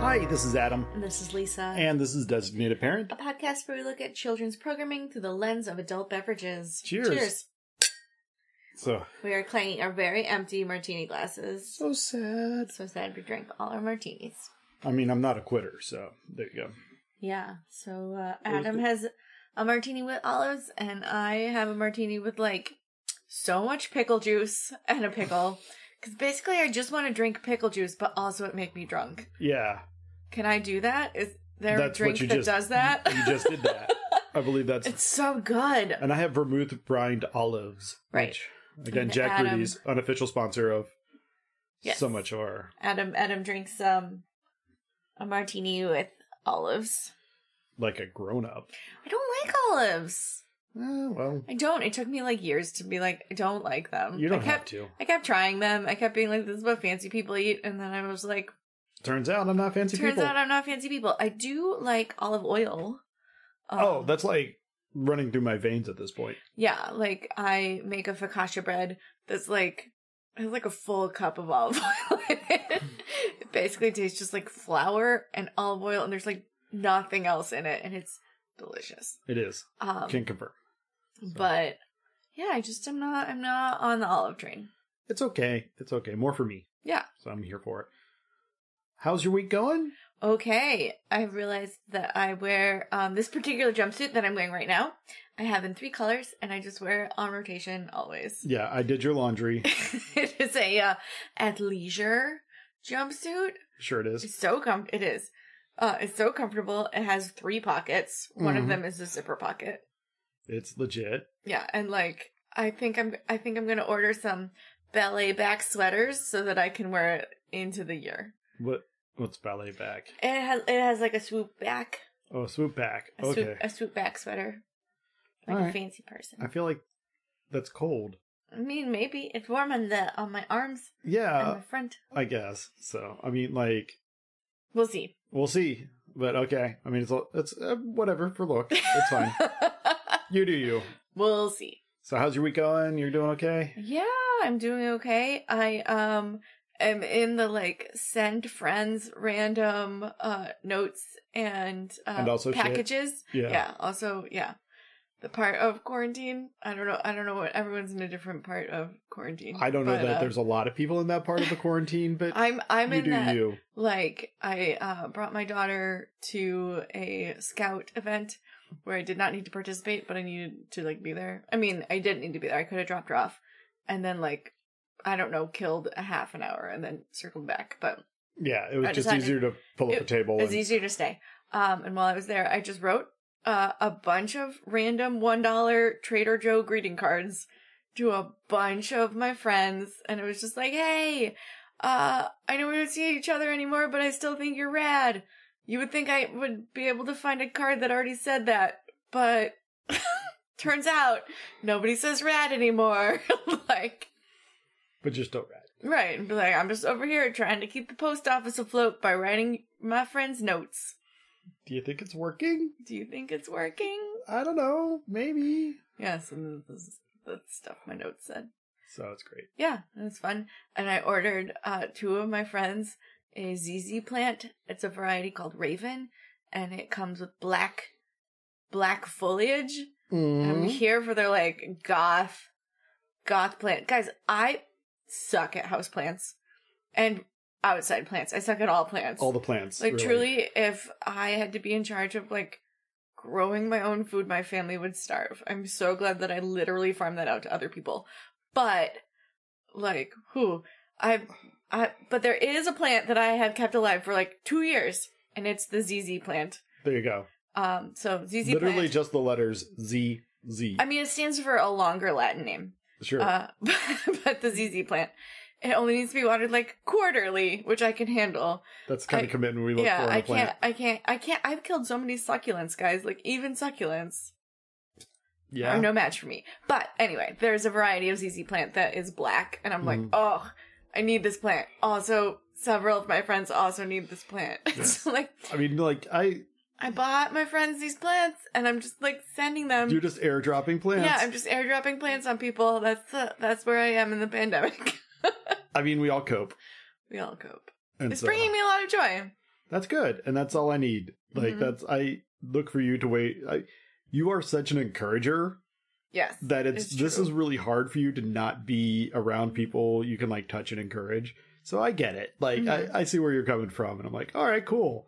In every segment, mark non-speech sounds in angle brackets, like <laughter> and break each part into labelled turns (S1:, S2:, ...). S1: Hi, this is Adam,
S2: And this is Lisa.
S1: and this is Designated Parent.
S2: a podcast where we look at children's programming through the lens of adult beverages.
S1: Cheers. So
S2: We are clanging our very empty martini glasses.
S1: so sad.
S2: So sad we drank all our martinis.
S1: I mean, I'm not a quitter, so there you go.
S2: Yeah. So uh, Adam has a martini with olives, and I have a martini with like so much pickle juice and a pickle.
S1: <laughs>
S2: Because basically, I just want to drink pickle juice, but also it make me drunk.
S1: Yeah,
S2: Can I do that? Is there a
S1: That's what
S2: drink
S1: you
S2: that
S1: just-
S2: does that?
S1: you just did that. I believe
S2: <laughs>
S1: that's.
S2: it's so good.
S1: and I have vermouth brined olives,
S2: Right.
S1: which, again,
S2: And
S1: Jack
S2: Adam-
S1: Rudy's unofficial sponsor of
S2: Yes.
S1: so much of our.
S2: Adam Adam drinks um a martini with olives.
S1: like a grown up.
S2: I don't like olives.
S1: Eh, well,
S2: I don't. It took me like years to be like I don't like them.
S1: you don't
S2: I
S1: have
S2: kept,
S1: to.
S2: I kept trying them. I kept being like this is what fancy people eat and then I was like
S1: Turns out I'm not fancy
S2: turns
S1: people.
S2: out I'm not fancy people. I do like olive oil. Um,
S1: oh, that's like running through my veins at this point.
S2: yeah, like I make a focaccia bread that's like it's like a full cup of olive <laughs> oil in it. It basically tastes just like flour and olive oil, and there's like nothing else in it, and it's delicious.
S1: It is.
S2: Um,
S1: Can confirm.
S2: but yeah, I just am not I'm not on the olive train.
S1: It's okay. It's okay. More for me.
S2: Yeah.
S1: So I'm here for it. How's your week going?
S2: Okay, I realized that I wear um, this particular jumpsuit that I'm wearing right now. I have in three colors, and I just wear it on rotation always.
S1: Yeah, I did
S2: <laughs>
S1: your laundry.
S2: it is a uh, athleisure jumpsuit.
S1: Sure it is.
S2: It's so com. It is. Uh, it's so comfortable. It has three pockets. One
S1: Mhm.
S2: of them is a zipper pocket.
S1: It's legit.
S2: Yeah, and like I think I'm I think I'm gonna order some ballet back sweaters so that I can wear it into the year.
S1: What what's ballet back?
S2: It has it has like a swoop back,
S1: Oh, swoop back.
S2: a, swoop,
S1: Okay.
S2: a swoop back sweater, like
S1: All
S2: a
S1: right.
S2: fancy person.
S1: I feel like that's cold.
S2: I mean, maybe it's warm on the on my arms and
S1: Yeah,
S2: my front.
S1: I guess. So, I mean like
S2: We'll see.
S1: we'll see. But okay. I mean it's it's uh, whatever for
S2: <laughs>
S1: look. It's fine. you do you.
S2: we'll see.
S1: So how's your week going? You're doing okay?
S2: Yeah, I'm doing okay. I um am in the like send friends random uh notes and uh,
S1: And also shit.
S2: packages. yeah. also yeah the part of quarantine i don't know i don't know what everyone's in a different part of quarantine
S1: I don't know
S2: but,
S1: that
S2: uh,
S1: there's a lot of people in that part of the quarantine, but
S2: i'm i'm
S1: you
S2: in
S1: do
S2: that
S1: you.
S2: like i uh brought my daughter to a scout event where i did not need to participate but i needed to like be there i mean i didn't need to be there i could have dropped her off and then like i don't know killed a half an hour and then circled back but
S1: Yeah, it was
S2: I
S1: just
S2: decided-
S1: easier to pull up a table.
S2: It was
S1: and-
S2: easier to stay. Um, and while I was there, I just wrote uh, a bunch of random one dollar Trader Joe greeting cards to a bunch of my friends, and it was just like, "Hey, uh, I know we don't see each other anymore, but I still think you're rad. You would think I would be able to find a card that already said that, but <laughs> turns out nobody says rad anymore. <laughs> like."
S1: but just don't rat.
S2: Right, and be like, I'm just over here trying to keep the post office afloat by writing my friends' notes.
S1: Do you think it's working?
S2: Do you think it's working?
S1: I don't know. Maybe.
S2: Yes, and this is the stuff my notes said.
S1: So it's great.
S2: Yeah, it was fun. And I ordered uh, two of my friends a ZZ plant. It's a variety called Raven, and it comes with black, black foliage.
S1: Mm-hmm.
S2: I'm here for their like goth, goth plant. Guys, I suck at house plants and outside plants. I suck at all plants.
S1: All the plants.
S2: Like
S1: really.
S2: truly, if I had to be in charge of like growing my own food, my family would starve. I'm so glad that I literally farm that out to other people. But like, who I, I, but there is a plant that I have kept alive for like two years, and it's the ZZ plant.
S1: There you go.
S2: Um, so ZZ
S1: Literally
S2: plant.
S1: just the letters Z Z.
S2: <laughs> I mean, it stands for a longer Latin name.
S1: sure.
S2: Uh, but, the ZZ plant It only needs to be watered like quarterly, which I can handle.
S1: That's the kind
S2: I-
S1: of commitment we look
S2: yeah,
S1: for on
S2: I
S1: a plant.
S2: can't, I can't, I can't. I've killed so many succulents, guys. Like even succulents
S1: Yeah.
S2: are no match for me. But anyway, there's a variety of ZZ plant that is black, and I'm like,
S1: Mhm.
S2: oh, I need this plant. Also, several of my friends also need this plant. <laughs>
S1: Yes.
S2: so like,
S1: I mean, like I,
S2: I bought my friends these plants, and I'm just like sending them.
S1: you're just airdropping plants.
S2: Yeah, I'm just airdropping plants on people. That's the, that's where I am in the pandemic. <laughs>
S1: I mean, we all cope,
S2: we all cope.
S1: and
S2: It's
S1: so
S2: bringing me a lot of joy.
S1: that's good, and that's all I need. Like
S2: Mhm.
S1: that's I look for you to wait. I, you are such an encourager
S2: Yes.
S1: that it's,
S2: It's
S1: this
S2: true.
S1: is really hard for you to not be around people you can like touch and encourage. So I get it. Like
S2: Mhm.
S1: I, I see where you're coming from, and I'm like, all right, cool.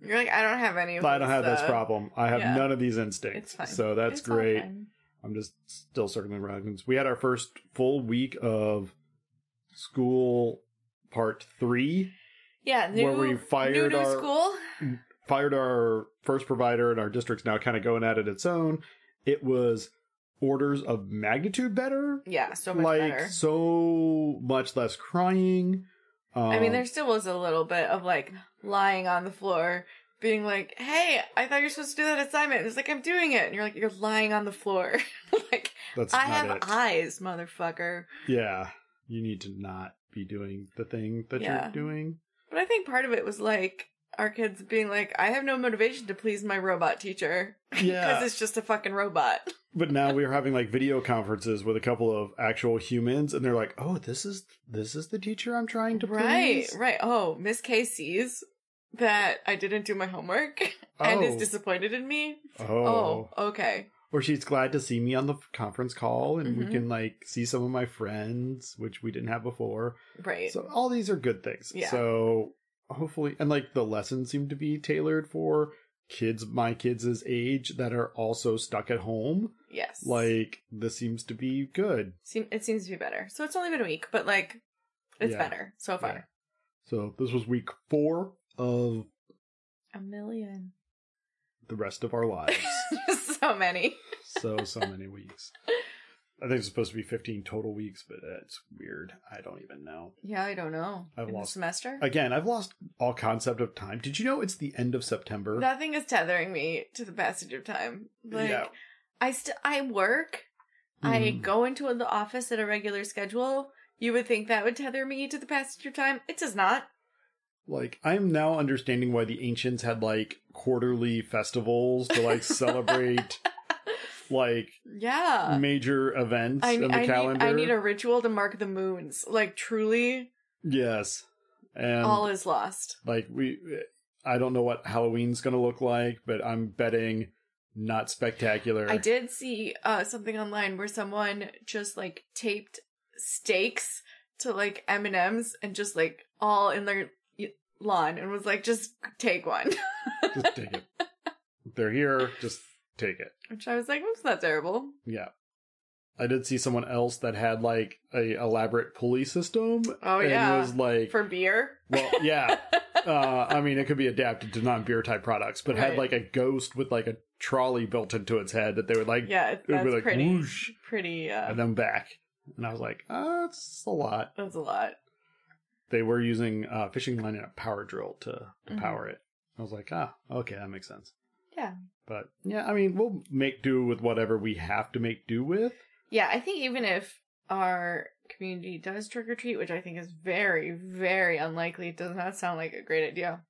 S2: You're like, I don't have any of
S1: I don't have this
S2: uh,
S1: problem. I have
S2: yeah.
S1: none of these instincts.
S2: It's fine.
S1: So that's
S2: it's all
S1: great.
S2: fine.
S1: I'm just still circling around. We had our first full week of school part three.
S2: Yeah, new,
S1: Where we
S2: new
S1: fired
S2: to
S1: our-
S2: school.
S1: Fired our first provider, and our district's now kind of going at it its own. It was orders of magnitude better.
S2: Yeah, so much
S1: like
S2: better.
S1: so much less crying. Um,
S2: I mean, there still was a little bit of like lying on the floor, being like, "Hey, I thought you're supposed to do that assignment." And it's like I'm doing it, and you're like, "You're lying on the floor." <laughs> like
S1: that's
S2: I
S1: not
S2: have
S1: it.
S2: eyes, motherfucker.
S1: yeah, you need to not be doing the thing that
S2: Yeah.
S1: you're doing.
S2: <laughs> But I think part of it was like our kids being like, "I have no motivation to please my robot teacher because
S1: Yeah,
S2: it's just a fucking robot."
S1: but now we are having like video conferences with a couple of actual humans and they're like oh this is this is the teacher i'm trying to
S2: Right,
S1: please
S2: right. Oh, Miss K sees that I didn't do my homework <laughs> and is disappointed in me.
S1: oh.
S2: Oh, okay.
S1: or she's glad to see me on the conference call and
S2: Mhm.
S1: we can like see some of my friends which we didn't have before
S2: Right.
S1: so all these are good things
S2: Yeah.
S1: so hopefully and like the lessons seem to be tailored for kids my kids' age that are also stuck at home
S2: yes.
S1: like this seems to be good
S2: Seem- it seems to be better. So it's only been a week, but like it's
S1: Yeah.
S2: better so far.
S1: Yeah. so this was week four of
S2: A million.
S1: the rest of our lives.
S2: <laughs> so many.
S1: so, so many weeks. I think it's supposed to be 15 total weeks, but it's weird. I don't even know.
S2: Yeah, I don't know.
S1: I've
S2: In the
S1: lost-
S2: semester.
S1: Again, I've lost all concept of time. Did you know it's the end of September?
S2: Nothing is tethering me to the passage of time. Like
S1: Yeah.
S2: I still I work. I
S1: Mm.
S2: go into the office at a regular schedule. You would think that would tether me to the passage of time. It does not.
S1: Like, I'm now understanding why the ancients had like quarterly festivals
S2: <laughs>
S1: to like celebrate like
S2: Yeah.
S1: major events
S2: Uh, I,
S1: in the
S2: I need,
S1: calendar.
S2: I need a ritual to mark the moons. Like truly,
S1: Yes. And
S2: all is lost.
S1: Like we, I don't know what Halloween's going to look like, but I'm betting not spectacular.
S2: I did see uh, something online where someone just like taped stakes to like M and M's and just like all in their y- lawn and was like, just take one. <laughs>
S1: Just take it. They're here. Just take it.
S2: Which I was like, that's not terrible.
S1: Yeah. I did see someone else that had like a elaborate pulley system.
S2: Oh,
S1: and
S2: yeah.
S1: was like,
S2: For beer.
S1: well, yeah. Uh, I mean, it could be adapted to non-beer type products, but had
S2: Right.
S1: like a ghost with like a trolley built into its head that they would like
S2: yeah, it,
S1: it would
S2: that's
S1: be like
S2: pretty.
S1: whoosh
S2: Pretty. Uh,
S1: and then back. And I was like, ah, it's a lot.
S2: that's a lot.
S1: they were using a fishing line and a power drill to, to
S2: Mhm.
S1: power it. I was like, ah, okay, that makes sense.
S2: Yeah.
S1: But yeah, I mean, we'll make do with whatever we have to make
S2: <laughs>
S1: do with.
S2: Yeah, I think even if our community does trick or treat, which I think is very, very unlikely, it does not sound like a great idea.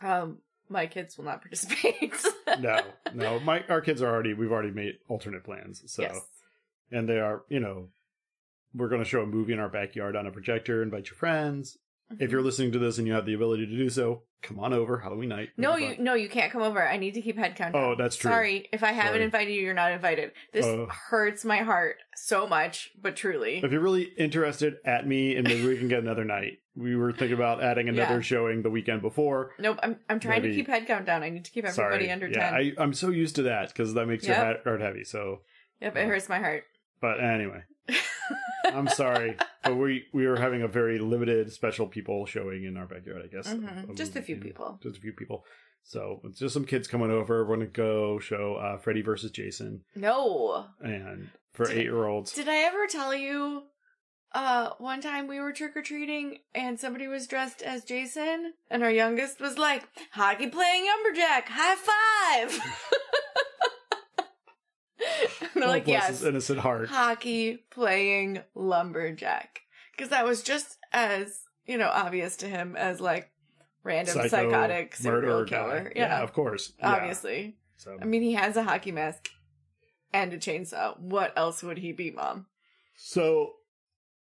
S2: Um, my kids will not <laughs> participate.
S1: No, no, my our kids are already we've already made alternate plans. So
S2: Yes.
S1: and they are, you know, we're going to show a movie in our backyard on a projector. Invite your friends. If you're listening to this and you have the ability to do so, come on over Halloween night.
S2: no,
S1: Have
S2: you
S1: fun.
S2: no, you can't come over. I need to keep head count.
S1: Oh, that's true.
S2: Sorry, if I haven't
S1: Sorry.
S2: invited you, you're not invited. This
S1: Uh.
S2: hurts my heart so much, but truly,
S1: If you're really interested, at me and maybe we can get another night. We were thinking about adding another
S2: Yeah.
S1: showing the weekend before.
S2: nope. I'm I'm trying to
S1: Maybe-
S2: keep head count down. I need to keep everybody under
S1: yeah,
S2: ten.
S1: I, I'm so used to that because that makes your
S2: Yep.
S1: hat- heart heavy. So,
S2: yep, it hurts my heart. <laughs>
S1: but anyway, I'm sorry, but we we were having a very limited special people showing in our backyard. I guess
S2: Mhm.
S1: of- of
S2: Just a few
S1: movie.
S2: people.
S1: just a few people. So it's just some kids coming over. We're gonna go show uh, Freddy versus Jason,
S2: No,
S1: and for
S2: Did-
S1: eight year olds,
S2: Did I ever tell you uh one time we were trick or treating and somebody was dressed as Jason and our youngest was like hockey playing lumberjack high five. <laughs> and they're
S1: Oh,
S2: like
S1: bless
S2: yes,
S1: his innocent heart.
S2: hockey playing lumberjack because that was just as you know obvious to him as like random
S1: Psycho
S2: psychotic serial
S1: murderer guy.
S2: killer.
S1: Yeah.
S2: Yeah,
S1: of course. Yeah.
S2: obviously.
S1: So
S2: I mean, he has a hockey mask and a chainsaw. What else would he be, Mom?
S1: So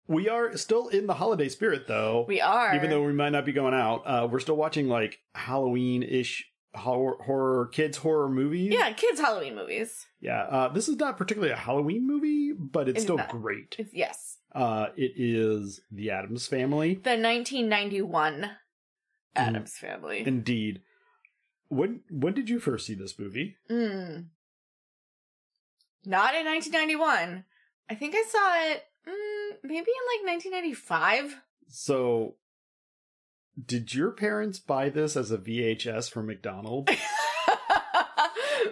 S1: we are still in the holiday spirit, though.
S2: We are.
S1: Even though we might not be going out, uh, we're still watching like Halloween ish horror, horror, kids horror movies.
S2: Yeah, kids' Halloween movies.
S1: Yeah. Uh, this is not particularly a Halloween movie, but it's,
S2: It's
S1: still
S2: not.
S1: great.
S2: It's, yes.
S1: Uh, it is The Adams Family.
S2: The 1991
S1: Mm.
S2: Adams Family.
S1: Indeed. When when did you first see this movie?
S2: Mm. Not in 1991. I think I saw it mm, maybe in like 1995.
S1: So, did your parents buy this as a VHS from McDonald's?
S2: <laughs> I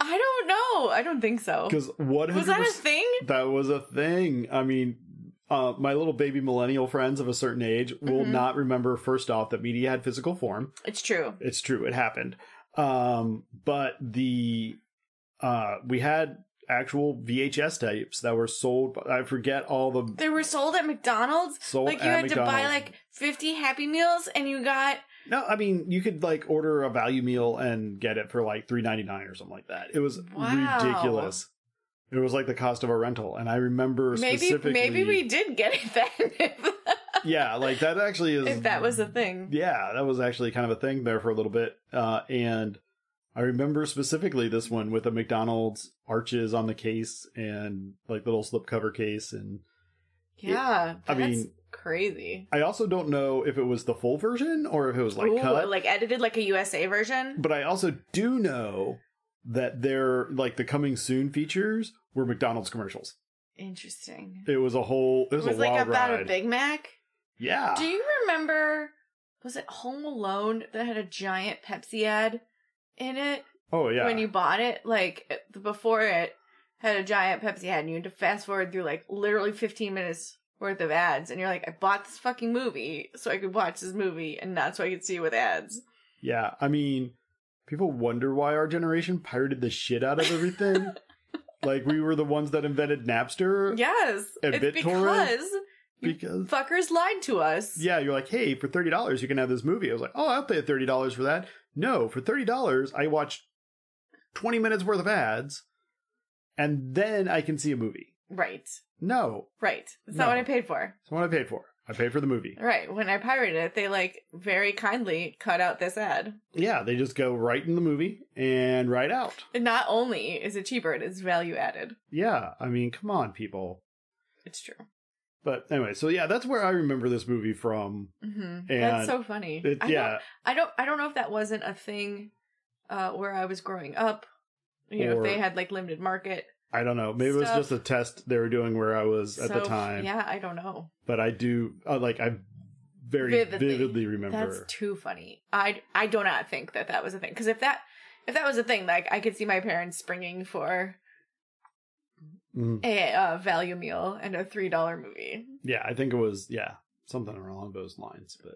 S2: don't know. I don't think so.
S1: Because what
S2: Oh, Was that a thing?
S1: That was a thing. I mean, uh, my little baby millennial friends of a certain age will
S2: Mhm.
S1: not remember, first off, that media had physical form.
S2: It's true.
S1: It's true, it happened. Um, but the uh, we had actual VHS tapes that were sold. I forget all the
S2: They were sold at McDonald's.
S1: sold
S2: Like you
S1: at
S2: had to buy
S1: McDonald's.
S2: like 50 Happy Meals and you got
S1: no. I mean, you could like order a value meal and get it for like three ninety nine or something like that. It was
S2: Wow.
S1: ridiculous. It was like the cost of a rental, and I remember
S2: maybe
S1: specifically.
S2: maybe we <laughs> did get it then <laughs> if,
S1: yeah, like that actually is
S2: if that was a thing.
S1: yeah, that was actually kind of a thing there for a little bit. Uh, and I remember specifically this one with the McDonald's arches on the case and like the little slipcover case. And
S2: Yeah, that's
S1: I mean-
S2: crazy.
S1: I also don't know if it was the full version or if it was like
S2: Ooh,
S1: cut.
S2: like edited like a USA version.
S1: but I also do know that their like the coming soon features were McDonald's commercials.
S2: Interesting.
S1: It was a whole. It was, a
S2: like
S1: wild
S2: about
S1: ride. Ah.
S2: a Big Mac.
S1: yeah.
S2: Do you remember? Was it Home Alone that had a giant Pepsi ad in it
S1: oh yeah.
S2: when you bought it? Like it- before it had a giant Pepsi ad, and you had to fast forward through like literally 15 minutes worth of ads, and you're like, I bought this fucking movie so I could watch this movie and not so I could see it with ads.
S1: Yeah, I mean, people wonder why our generation pirated the shit out of everything.
S2: <laughs>
S1: like we were the ones that invented Napster
S2: Yes,
S1: And
S2: it's
S1: BitTorrent?
S2: because
S1: because
S2: fuckers lied to us.
S1: yeah, you're like, hey, for thirty dollars you can have this movie. I was like, oh, I'll pay thirty dollars for that. No, for thirty dollars I watch twenty minutes worth of ads, and then I can see a movie.
S2: Right,
S1: No,
S2: right. That's not
S1: No.
S2: what I paid for.
S1: that's what I paid for. I paid for the movie.
S2: Right. When I pirated it, they like very kindly cut out this ad.
S1: Yeah, they just go right in the movie and right out.
S2: And not only is it cheaper, it is value added.
S1: Yeah, I mean, come on, people.
S2: It's true.
S1: But anyway, so yeah, that's where I remember this movie from.
S2: hmm
S1: And
S2: That's so funny.
S1: It,
S2: I
S1: yeah,
S2: Don't, I don't. I don't know if that wasn't a thing uh, where I was growing up. You know,
S1: Or-
S2: if they had like limited market
S1: I don't know. Maybe it
S2: stuff.
S1: was just a test they were doing where I was at the
S2: So,
S1: time.
S2: Yeah, I don't know.
S1: But I do uh, like I very vividly,
S2: Vividly.
S1: remember.
S2: That's too funny. I I do not think that that was a thing because if that if that was a thing, like I could see my parents springing for
S1: Mhm.
S2: a uh, value meal and a three dollar movie.
S1: Yeah, I think it was yeah something along those lines. But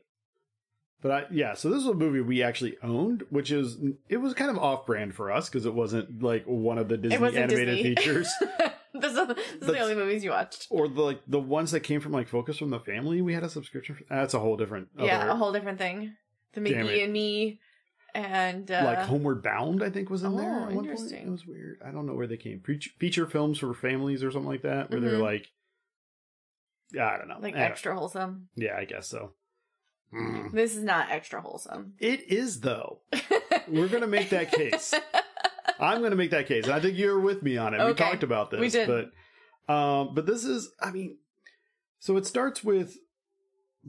S1: but I yeah. So this was a movie we actually owned, which is it was kind of off brand for us because it wasn't like one of the Disney
S2: it wasn't
S1: animated
S2: Disney.
S1: features.
S2: <laughs> this is, this is the
S1: That's-
S2: only movies you watched.
S1: Or the, like the ones that came from like Focus from the Family, we had a subscription. For, that's a whole different,
S2: Yeah,
S1: other-
S2: a whole different thing. The
S1: Damn
S2: Mickey
S1: it.
S2: and Me, and uh,
S1: like Homeward Bound, I think was in there.
S2: Oh,
S1: at one point.
S2: interesting.
S1: It was weird. I don't know where they came. Pre- feature films for families or something like that, where they're
S2: Mhm.
S1: like, yeah, I don't know,
S2: like
S1: I don't-
S2: extra wholesome.
S1: Yeah, I guess so. Mm.
S2: This is not extra wholesome. <laughs>
S1: It is though. We're gonna make that case. I'm gonna make that case, and I think you're with me on it. We
S2: Okay.
S1: talked about this,
S2: We did.
S1: but um, but this is, I mean, so it starts with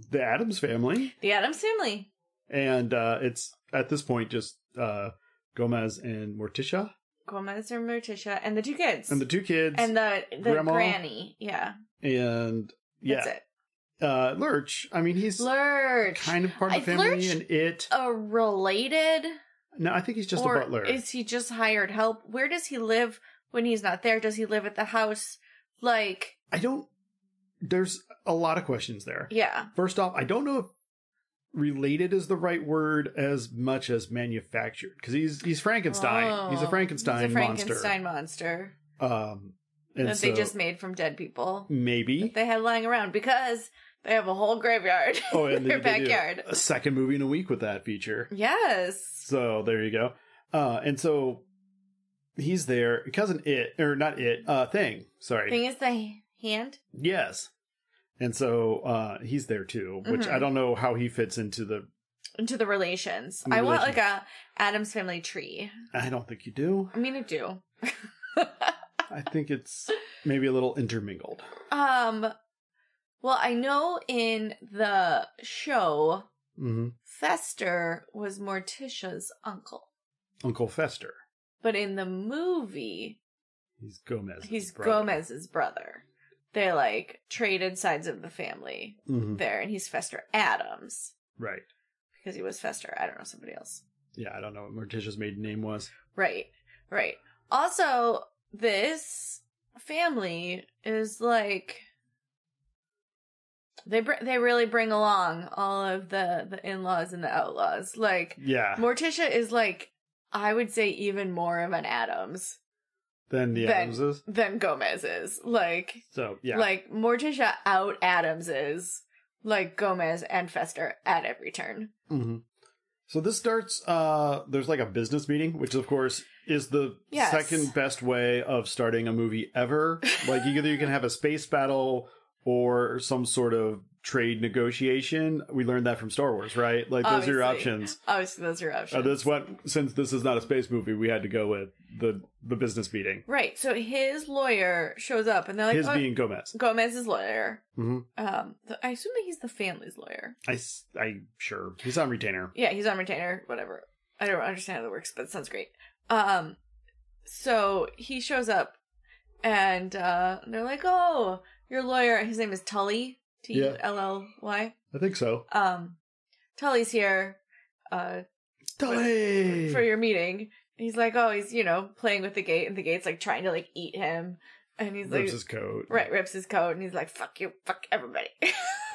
S1: the Adams family.
S2: the Adams Family.
S1: And uh, it's at this point just uh, Gomez and Morticia
S2: Gomez and Morticia and the two kids.
S1: and the two kids
S2: And the, the
S1: Grandma.
S2: granny. Yeah.
S1: and yeah,
S2: That's
S1: uh, Lurch. I mean, he's
S2: it. Lurch.
S1: kind of part of the
S2: I-
S1: family,
S2: Lurch-
S1: and it.
S2: a related
S1: No, I think he's just
S2: or
S1: a butler.
S2: Is he just hired help? Where does he live when he's not there? Does he live at the house? Like
S1: I don't there's a lot of questions there.
S2: Yeah.
S1: First off, I don't know if related is the right word as much as manufactured because he's he's Frankenstein. he's a
S2: Oh,
S1: Frankenstein,
S2: He's a Frankenstein monster,
S1: monster. Um, and
S2: that
S1: so
S2: they just made from dead people <laughs>
S1: maybe
S2: that they had lying around because they have a whole graveyard
S1: oh,
S2: in
S1: and
S2: their
S1: they, they do
S2: backyard.
S1: a second movie in a week with that feature.
S2: <laughs> Yes.
S1: So there you go. Uh, and so he's there. Cousin it or not it? Uh, thing. Sorry.
S2: Thing is, the hand.
S1: Yes. And so uh, he's there too, which
S2: Mhm.
S1: I don't know how he fits into the.
S2: into the relations.
S1: The
S2: I want
S1: relations.
S2: like a Adam's family tree.
S1: I don't think you do.
S2: I mean, I do.
S1: I think it's maybe a little intermingled.
S2: um, well, I know in the show,
S1: hmm
S2: Fester was Morticia's uncle,
S1: Uncle Fester.
S2: but in the movie,
S1: He's Gomez.
S2: he's Gomez's brother. They like traded sides of the family
S1: hmm
S2: there, and he's Fester Adams
S1: Right.
S2: because he was Fester. I don't know somebody else.
S1: Yeah, I don't know what Morticia's maiden name was.
S2: Right, right. Also, this family is like they br- they really bring along all of the the in laws and the outlaws. Like
S1: Yeah.
S2: Morticia is like I would say even more of an Adams
S1: then the
S2: Then-
S1: Adamses.
S2: than Gomez is. Like
S1: So yeah.
S2: like Morticia out Adams is like Gomez and Fester at every turn.
S1: hmm So this starts. Uh, there's like a business meeting, which of course is the
S2: Yes.
S1: second best way of starting a movie
S2: <laughs>
S1: ever. like either you can have a space battle or some sort of trade negotiation. We learned that from Star Wars, right? Like those are your
S2: Obviously.
S1: options.
S2: Obviously, those are
S1: Uh,
S2: options.
S1: that's what. Since this is not a space movie, we had to go with the the business meeting.
S2: right. So his lawyer shows up, and they're like,
S1: His
S2: "Oh,
S1: being Gomez.
S2: Gomez's lawyer.
S1: Mm-hmm.
S2: Um, th- I assume that he's the family's lawyer.
S1: I s- I sure he's on retainer.
S2: Yeah, he's on retainer, whatever. I don't understand how that works, but it sounds great. Um, so he shows up, and uh, they're like, "Oh, your lawyer. His name is Tully. T
S1: Yeah.
S2: L L Y.
S1: I think so.
S2: Um, Tully's here. Uh,
S1: Tully.
S2: for your meeting." He's like, "Oh, he's you know playing with the gate, and the gate's like trying to like eat him." And he's like,
S1: Rips his coat.
S2: right, rips his coat, and he's like, "Fuck you, fuck everybody." <laughs>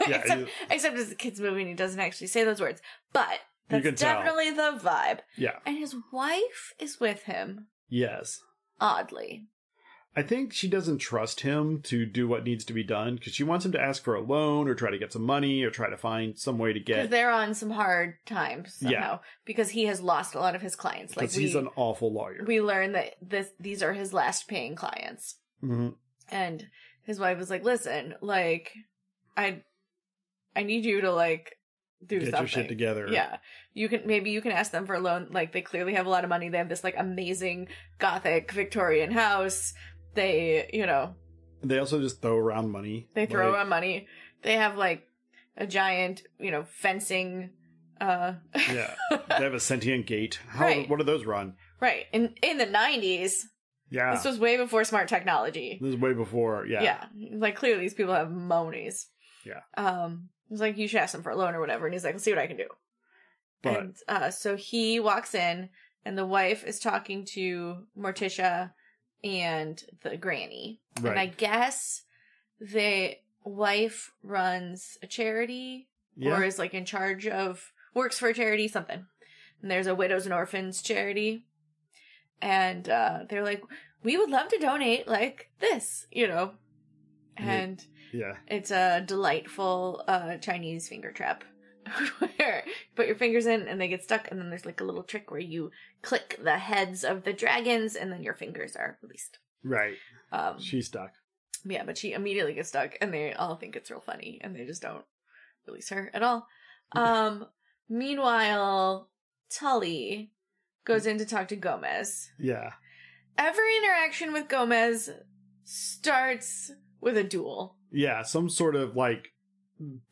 S1: Yeah.
S2: Except-
S1: you-
S2: Except it's a kid's movie and he doesn't actually say those words. But
S1: You
S2: that's
S1: can tell.
S2: definitely the vibe.
S1: yeah.
S2: And his wife is with him,
S1: Yes.
S2: oddly.
S1: I think she doesn't trust him to do what needs to be done because she wants him to ask for a loan or try to get some money or try to find some way to
S2: Because
S1: get.
S2: they're on some hard times somehow. Because he has lost a lot of his clients. Like
S1: Because
S2: we,
S1: he's an awful lawyer.
S2: we learn that this these are his last paying clients.
S1: hmm
S2: And his wife was like, Listen, like I I need you to like do
S1: Get
S2: something.
S1: your shit together.
S2: Yeah. You can maybe you can ask them for a loan. Like they clearly have a lot of money. They have this like amazing gothic Victorian house. They, you know,
S1: They also just throw around money.
S2: they throw
S1: like,
S2: out money. They have like a giant, you know, fencing uh
S1: <laughs> yeah. They have a sentient gate. How?
S2: Right.
S1: What do those run?
S2: right. In in the 90s,
S1: Yeah.
S2: this was way before smart technology.
S1: This is way before. Yeah.
S2: Yeah. Like clearly these people have monies.
S1: Yeah.
S2: Um it was like you should ask them for a loan or whatever and he's like, "I'll see what I can do."
S1: But
S2: and uh, so he walks in, and the wife is talking to Morticia and the granny. And I
S1: right.
S2: guess the wife runs a charity
S1: yeah.
S2: or is like in charge of, works for a charity, something. And there's a widows and orphans charity. And uh, they're like, we would love to donate like this, you know.
S1: And it-
S2: And
S1: yeah.
S2: it's a delightful uh, Chinese finger trap <laughs> where you put your fingers in and they get stuck, and then there's like a little trick where you click the heads of the dragons and then your fingers are released.
S1: Right.
S2: Um,
S1: She's stuck.
S2: yeah, but she immediately gets stuck, and they all think it's real funny, and they just don't release her at all. Um, meanwhile, Tully goes in to talk to Gomez.
S1: Yeah.
S2: Every interaction with Gomez starts with a duel.
S1: Yeah. Some sort of like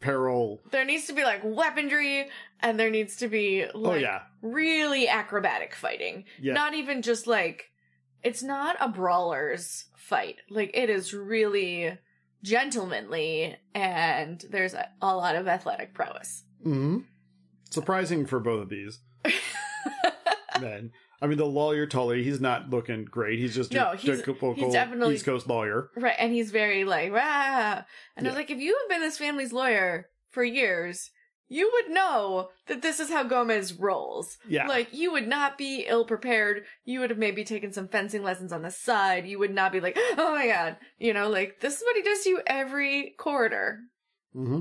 S1: peril.
S2: There needs to be like weaponry, and there needs to be like
S1: oh yeah.
S2: really acrobatic fighting.
S1: Yeah.
S2: Not even just like it's not a brawler's fight. Like it is really gentlemanly, and there's a, a lot
S1: Mm-hmm.
S2: of athletic prowess. <laughs>
S1: hmm Surprising for both of these. then. I mean, the lawyer Tully, he's not looking great. He's just
S2: No,
S1: your
S2: he's-
S1: typical
S2: he's definitely-
S1: East Coast lawyer.
S2: Right, and he's very like, rah. And I
S1: Yeah.
S2: was like, if you have been this family's lawyer for years, you would know that this is how Gomez rolls.
S1: Yeah.
S2: Like, you would not be ill prepared. You would have maybe taken some fencing lessons on the side. You would not be like, <gasps> oh my god. You know, like, this is what he does to you every corridor.
S1: hmm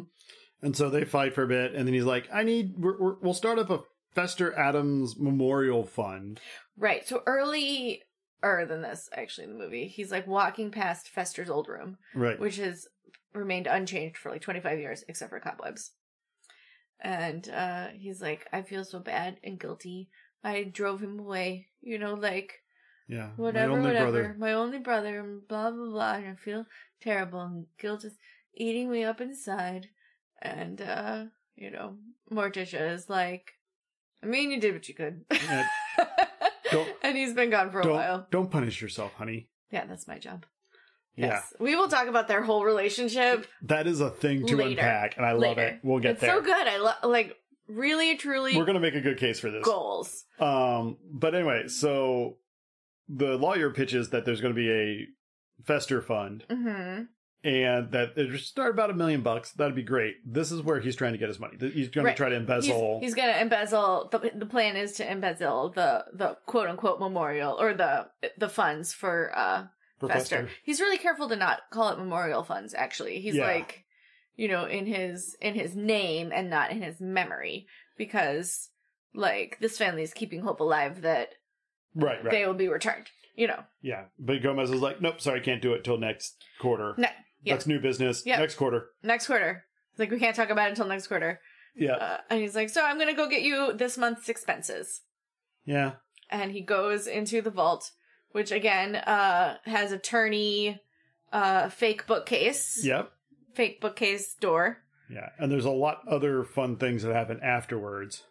S1: And so they fight for a bit, and then he's like, "I need. We're, we're, we'll start up a Fester Adams Memorial Fund."
S2: Right, so early. Er, than this, actually, in the movie. He's like walking past Fester's old room,
S1: Right.
S2: which has remained unchanged for like 25 years except for cobwebs and uh he's like i feel so bad and guilty i drove him away you know like
S1: yeah.
S2: whatever
S1: My only
S2: whatever
S1: brother.
S2: my only brother and blah blah blah and i feel terrible and guilt is eating me up inside and uh you know morticia is like i mean you did what you could <laughs>
S1: Yeah. Don't-
S2: and he's been gone for a
S1: Don't
S2: while
S1: don't punish yourself, honey.
S2: yeah that's my job
S1: Yeah.
S2: yes we will talk about their whole relationship
S1: That is a thing to
S2: Later.
S1: unpack, and I love
S2: later.
S1: it. We'll get
S2: it's
S1: there.
S2: so good. I lo- like really truly
S1: We're gonna make a good case for this.
S2: goals.
S1: Um, but anyway, so the lawyer pitches that there's going to be a Fester fund Mm-hmm.
S2: hmm
S1: and that it should start about a million bucks. That'd be great. This is where he's trying to get his money. Th- He's going
S2: Right.
S1: to try to
S2: He's,
S1: embezzle.
S2: he's gonna embezzle. The, the plan is to embezzle the the quote unquote memorial or the the funds for uh
S1: for
S2: Fester. He's really careful to not call it memorial funds. Actually, he's
S1: Yeah.
S2: like you know in his in his name and not in his memory because like this family is keeping hope alive that
S1: Right, right.
S2: they will be returned. You know,
S1: yeah. But Gomez is like, nope, sorry, can't do it till next quarter.
S2: Ne- yeah.
S1: That's new business.
S2: Yeah.
S1: Next quarter.
S2: next quarter. Like we can't talk about it until next quarter.
S1: Yeah.
S2: Uh, and he's like, "So I'm gonna go get you this month's expenses."
S1: yeah.
S2: And he goes into the vault, which again uh, has attorney, uh, fake bookcase,
S1: Yep.
S2: fake bookcase door.
S1: Yeah. And there's a lot other fun things that happen afterwards.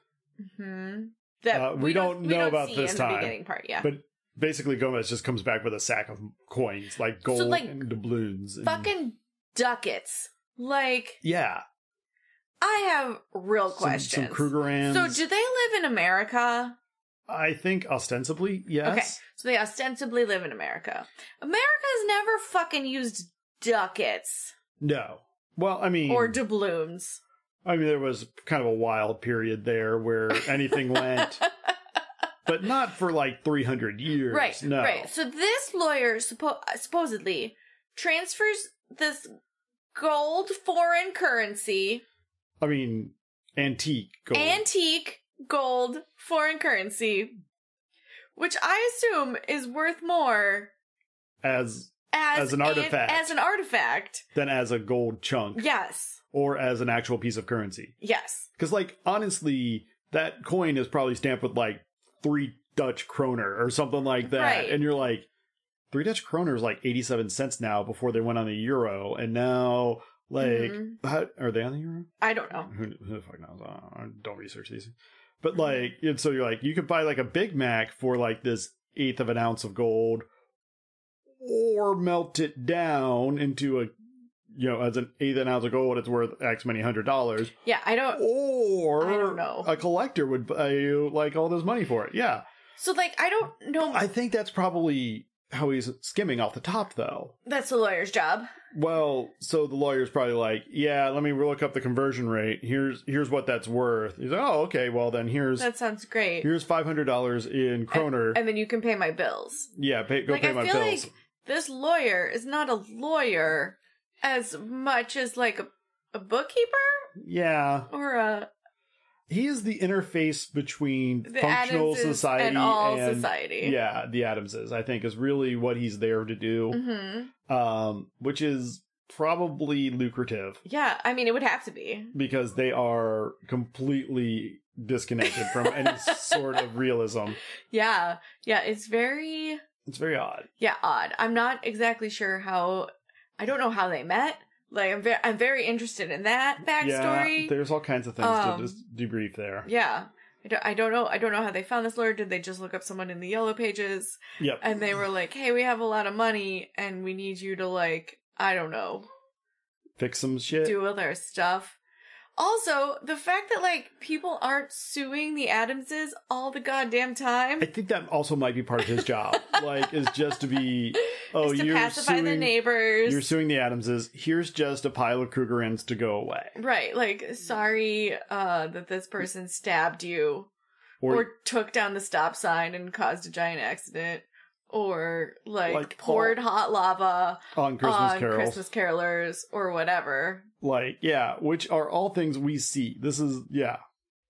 S2: hmm That
S1: Uh, we don't know about this
S2: in the
S1: time,
S2: beginning part. Yeah,
S1: but Basically, Gomez just comes back with a sack of coins, like gold
S2: like,
S1: and doubloons. And,
S2: fucking ducats. Like
S1: yeah.
S2: I have real questions.
S1: Some, some Krugerrands.
S2: so do they live in America?
S1: I think ostensibly, yes.
S2: So they ostensibly live in America. America's never fucking used ducats
S1: No. Well, I mean,
S2: or doubloons.
S1: I mean, there was kind of a wild period there where
S2: <laughs>
S1: anything went, but not for like 300 years.
S2: Right,
S1: No.
S2: right. So this lawyer suppo- supposedly transfers this gold foreign currency,
S1: I mean, antique gold.
S2: antique gold foreign currency, which I assume is worth more
S1: as
S2: as,
S1: As an artifact.
S2: as an artifact,
S1: than as a gold chunk
S2: yes,
S1: or as an actual piece of currency.
S2: yes,
S1: Because, like, honestly, that coin is probably stamped with like three Dutch kroner or something like that.
S2: Right.
S1: And you're like, three Dutch kroner is like 87 cents now before they went on the euro. And now, like,
S2: Mhm.
S1: how- are they on the euro?
S2: I don't know.
S1: Who, who the fuck knows? I don't, I don't research these. But, like, and so you're like, you could buy like a Big Mac for like this eighth of an ounce of gold or melt it down into a, you know, as an eighth of an ounce of gold, it's worth X many hundred dollars
S2: Yeah, I don't.
S1: or
S2: I don't know.
S1: a collector would buy you like all this money for it. Yeah,
S2: So like, I don't know.
S1: I think that's probably how he's skimming off the top, though.
S2: That's the lawyer's job.
S1: Well, so the lawyer's probably like, "Yeah, let me look up the conversion rate. Here's here's what that's worth." He's like, "Oh, okay. Well, then here's
S2: That sounds great.
S1: <laughs> here's five hundred dollars in kroner.
S2: And then you can pay my bills.
S1: yeah, pay, go
S2: like,
S1: pay
S2: I
S1: my
S2: feel
S1: bills."
S2: like this lawyer is not a lawyer as much as like a, a bookkeeper
S1: yeah,
S2: or a
S1: he is the interface between
S2: the
S1: functional
S2: Adamses
S1: society
S2: and all
S1: and-
S2: society.
S1: Yeah, the Adamses. I think is really what he's there to do.
S2: hmm
S1: um, which is probably lucrative
S2: Yeah. I mean, it would have to be.
S1: because they are completely disconnected from
S2: <laughs>
S1: any sort of realism.
S2: Yeah. Yeah. It's very
S1: It's very odd.
S2: yeah odd. I'm not exactly sure how. I don't know how they met. Like I'm very I'm very interested in that backstory.
S1: Yeah, there's all kinds of things
S2: Um,
S1: to just debrief there.
S2: Yeah. I don't, I don't know. I don't know how they found this lawyer. Did they just look up someone in the yellow pages
S1: Yep.
S2: and they were like, "Hey, we have a lot of money and we need you to like, I don't know,
S1: Fix some shit.
S2: do other stuff." Also, the fact that like people aren't suing the Adamses all the goddamn time
S1: I think that also might be part of his
S2: <laughs>
S1: job. like, is just to be, oh,
S2: is to
S1: you're
S2: pacify
S1: suing,
S2: the neighbors.
S1: You're suing the Adamses. Here's just a pile of Krugerins to go away,
S2: right, like sorry uh that this person stabbed you or,
S1: or
S2: took down the stop sign and caused a giant accident or like,
S1: Like,
S2: poured hot lava
S1: on Christmas
S2: on
S1: carols,
S2: Christmas carolers or whatever.
S1: like yeah, which are all things we see. This is yeah.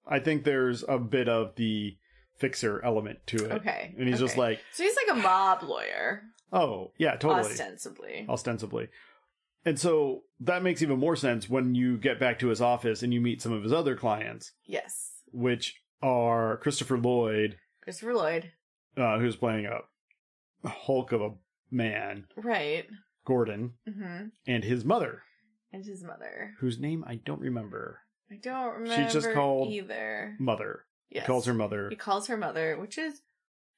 S1: I think there's a bit of the fixer element to it,
S2: Okay.
S1: and he's just
S2: okay.
S1: like,
S2: So he's like a mob lawyer,
S1: oh yeah, totally.
S2: ostensibly.
S1: ostensibly. And so that makes even more sense when you get back to his office and you meet some of his other clients,
S2: Yes.
S1: which are Christopher Lloyd,
S2: Christopher Lloyd.
S1: uh, who's playing a a Hulk of a man,
S2: Right.
S1: Gordon,
S2: hmm
S1: and his mother,
S2: And his mother.
S1: whose name I don't remember.
S2: I don't remember
S1: She's just called-
S2: either.
S1: Mother. He
S2: Yes.
S1: Calls her mother.
S2: He calls her mother, which is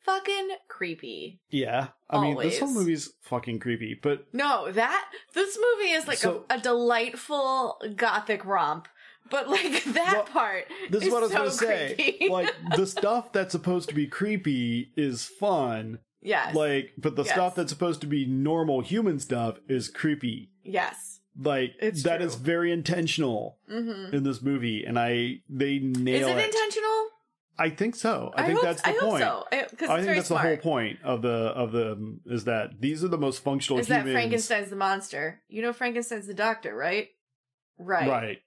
S2: fucking creepy.
S1: Yeah. I mean, this whole
S2: Always.
S1: movie's fucking creepy, but
S2: No, that this movie is like
S1: So-
S2: a, a delightful gothic romp, but like <laughs> that
S1: Well,
S2: part
S1: this is,
S2: is
S1: what I was
S2: so
S1: going to say.
S2: creepy.
S1: <laughs> like, the stuff that's supposed to be creepy is fun,
S2: <laughs> yes,
S1: like, but the
S2: Yes.
S1: stuff that's supposed to be normal human stuff is creepy.
S2: yes,
S1: like that
S2: It's
S1: is
S2: true.
S1: very intentional
S2: hmm
S1: in this movie and i they
S2: is
S1: nail
S2: it
S1: it,
S2: intentional?
S1: i think so i, think
S2: hope,
S1: that's the
S2: I
S1: point
S2: hope so. because
S1: i
S2: it's
S1: think
S2: very
S1: that's
S2: smart.
S1: the whole point of the of the is that these are the most functional
S2: Is
S1: humans
S2: that Frankenstein's the monster? You know Frankenstein's the doctor, right? Right.
S1: right.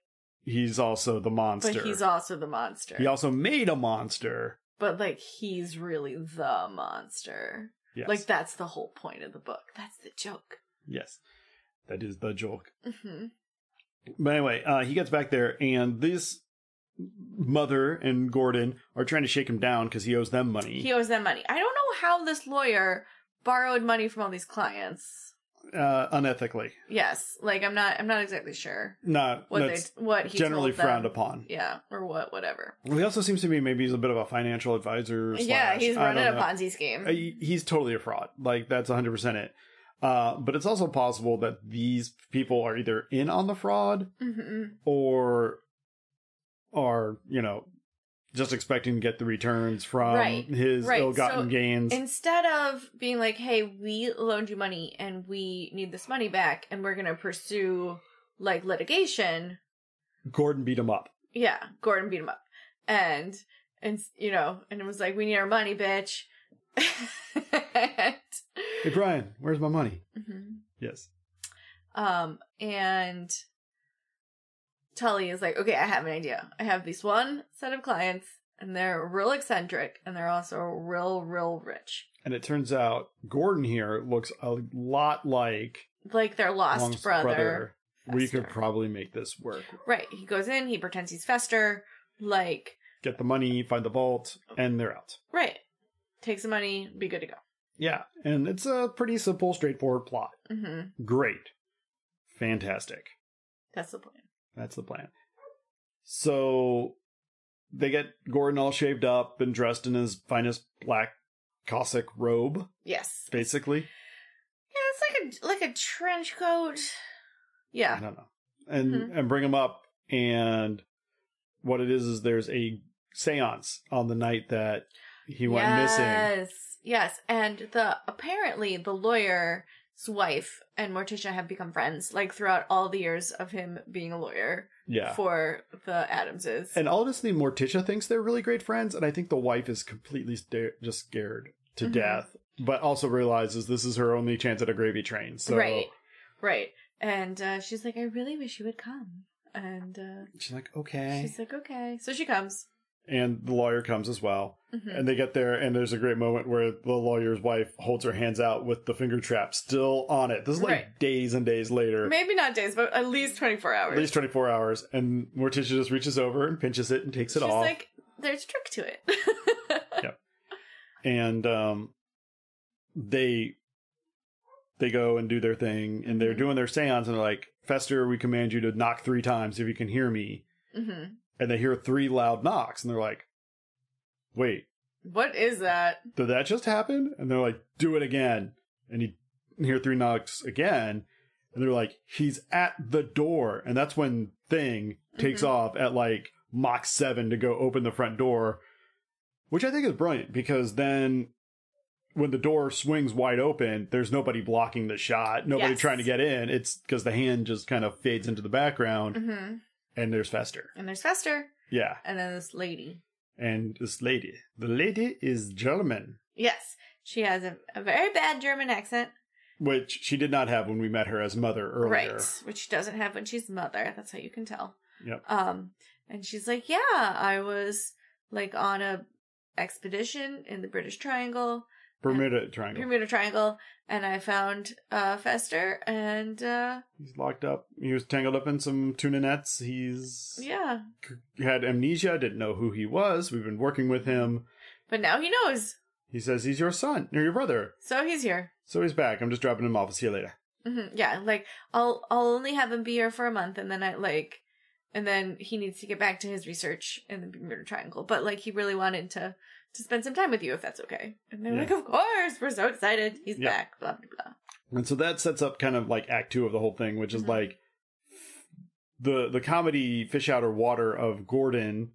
S1: he's also the monster
S2: But he's also the monster.
S1: he also made a monster
S2: But like he's really the monster.
S1: yes
S2: Like that's the whole point of the book. That's the joke.
S1: yes that is the joke Mm.
S2: hmm
S1: but anyway uh he gets back there and this mother and gordon are trying to shake him down because he owes them money
S2: He owes them money. I don't know how this lawyer borrowed money from all these clients.
S1: uh unethically
S2: Yes, like I'm not. I'm not exactly sure
S1: not
S2: what
S1: that's
S2: they what he
S1: generally
S2: told them.
S1: frowned upon
S2: Yeah, or what, whatever.
S1: Well, he also seems to me maybe he's a bit of a financial advisor.
S2: yeah,
S1: slash-
S2: he's
S1: I
S2: running a
S1: don't know.
S2: Ponzi scheme.
S1: Uh, he- He's totally a fraud. Like that's 100 percent it. Uh, but it's also possible that these people are either in on the fraud
S2: hmm
S1: or are you know just expecting to get the returns from
S2: Right,
S1: his
S2: right.
S1: ill-gotten
S2: So
S1: gains.
S2: Instead of being like, "Hey, we loaned you money and we need this money back, and we're gonna pursue like litigation,"
S1: Gordon beat him up.
S2: yeah, Gordon beat him up, and and you know, and it was like, "We need our money, bitch." <laughs>
S1: Hey Brian, where's my money?
S2: Mhm.
S1: Yes.
S2: Um, and Tully is like, okay, I have an idea. I have these one set of clients, and they're real eccentric, and they're also real, real rich.
S1: And it turns out Gordon here looks a lot like
S2: Like their lost
S1: Long's
S2: brother.
S1: We could
S2: Fester.
S1: probably make this work.
S2: Right. He goes in, he pretends he's Fester, like,
S1: Get the money, find the vault, and they're out.
S2: right. Takes the money, be good to go.
S1: Yeah, and it's a pretty simple, straightforward plot.
S2: hmm
S1: Great. Fantastic.
S2: That's the plan.
S1: That's the plan. So they get Gordon all shaved up and dressed in his finest black Cossack robe,
S2: Yes.
S1: basically.
S2: Yeah, it's like a like a trench coat. Yeah.
S1: I don't know. And
S2: Mhm.
S1: and bring him up and what it is is there's a séance on the night that he went missing.
S2: Yes, yes, and the apparently the lawyer's wife and Morticia have become friends like throughout all the years of him being a lawyer
S1: Yeah.
S2: for the Adamses.
S1: And honestly, Morticia thinks they're really great friends, and I think the wife is completely sta- just scared to
S2: Mhm.
S1: death, but also realizes this is her only chance at a gravy train. So
S2: Right, right. And uh, she's like, "I really wish you would come." And uh,
S1: she's like, okay.
S2: she's like, "Okay." So she comes.
S1: and the lawyer comes as well.
S2: Mhm.
S1: And they get there, and there's a great moment where the lawyer's wife holds her hands out with the finger trap still on it. This is like
S2: Right.
S1: days and days later,
S2: Maybe not days, but at least twenty four hours.
S1: at least 24 hours. And Morticia just reaches over and pinches it and takes it
S2: she's
S1: off.
S2: like, "There's a trick to it." <laughs>
S1: and um they they go and do their thing and they're
S2: Mhm.
S1: doing their seance and they're like fester we command you to knock three times if you can hear me
S2: hmm
S1: and they hear three loud knocks and they're like wait
S2: What is that?
S1: did that just happen and they're like do it again and you hear three knocks again and they're like he's at the door and that's when thing takes
S2: Mhm.
S1: off at like Mach 7 to go open the front door, which I think is brilliant because then when the door swings wide open, there's nobody blocking the shot, nobody
S2: Yes.
S1: trying to get in. It's because the hand just kind of fades into the background
S2: hmm
S1: and there's Fester.
S2: And there's Fester,
S1: Yeah.
S2: and then this lady.
S1: And this lady. The lady is German,
S2: Yes, she has a, a very bad German accent,
S1: which she did not have when we met her as mother earlier.
S2: right? Which she doesn't have when she's mother. That's how you can tell.
S1: Yep.
S2: Um, and she's like, "Yeah, I was like on a expedition in the British Triangle,
S1: Bermuda Triangle.
S2: Bermuda Triangle, and I found uh Fester, and uh
S1: He's locked up. He was tangled up in some tuna nets. He's
S2: yeah,
S1: had amnesia, didn't know who he was. We've been working with him.
S2: but now he knows,
S1: He says he's your son or your brother.
S2: so he's here."
S1: So he's back. I'm just dropping him off. See you later.
S2: hmm Yeah, like I'll I'll only have him be here for a month, and then I like, and then he needs to get back to his research in the Bermuda Triangle. But like, he really wanted to to spend some time with you, if that's okay. And they're
S1: Yeah.
S2: like, "Of course, we're so excited. He's
S1: Yeah.
S2: back." Blah blah blah.
S1: And so that sets up kind of like act two of the whole thing, which is
S2: Mhm.
S1: like the the comedy fish out or water of Gordon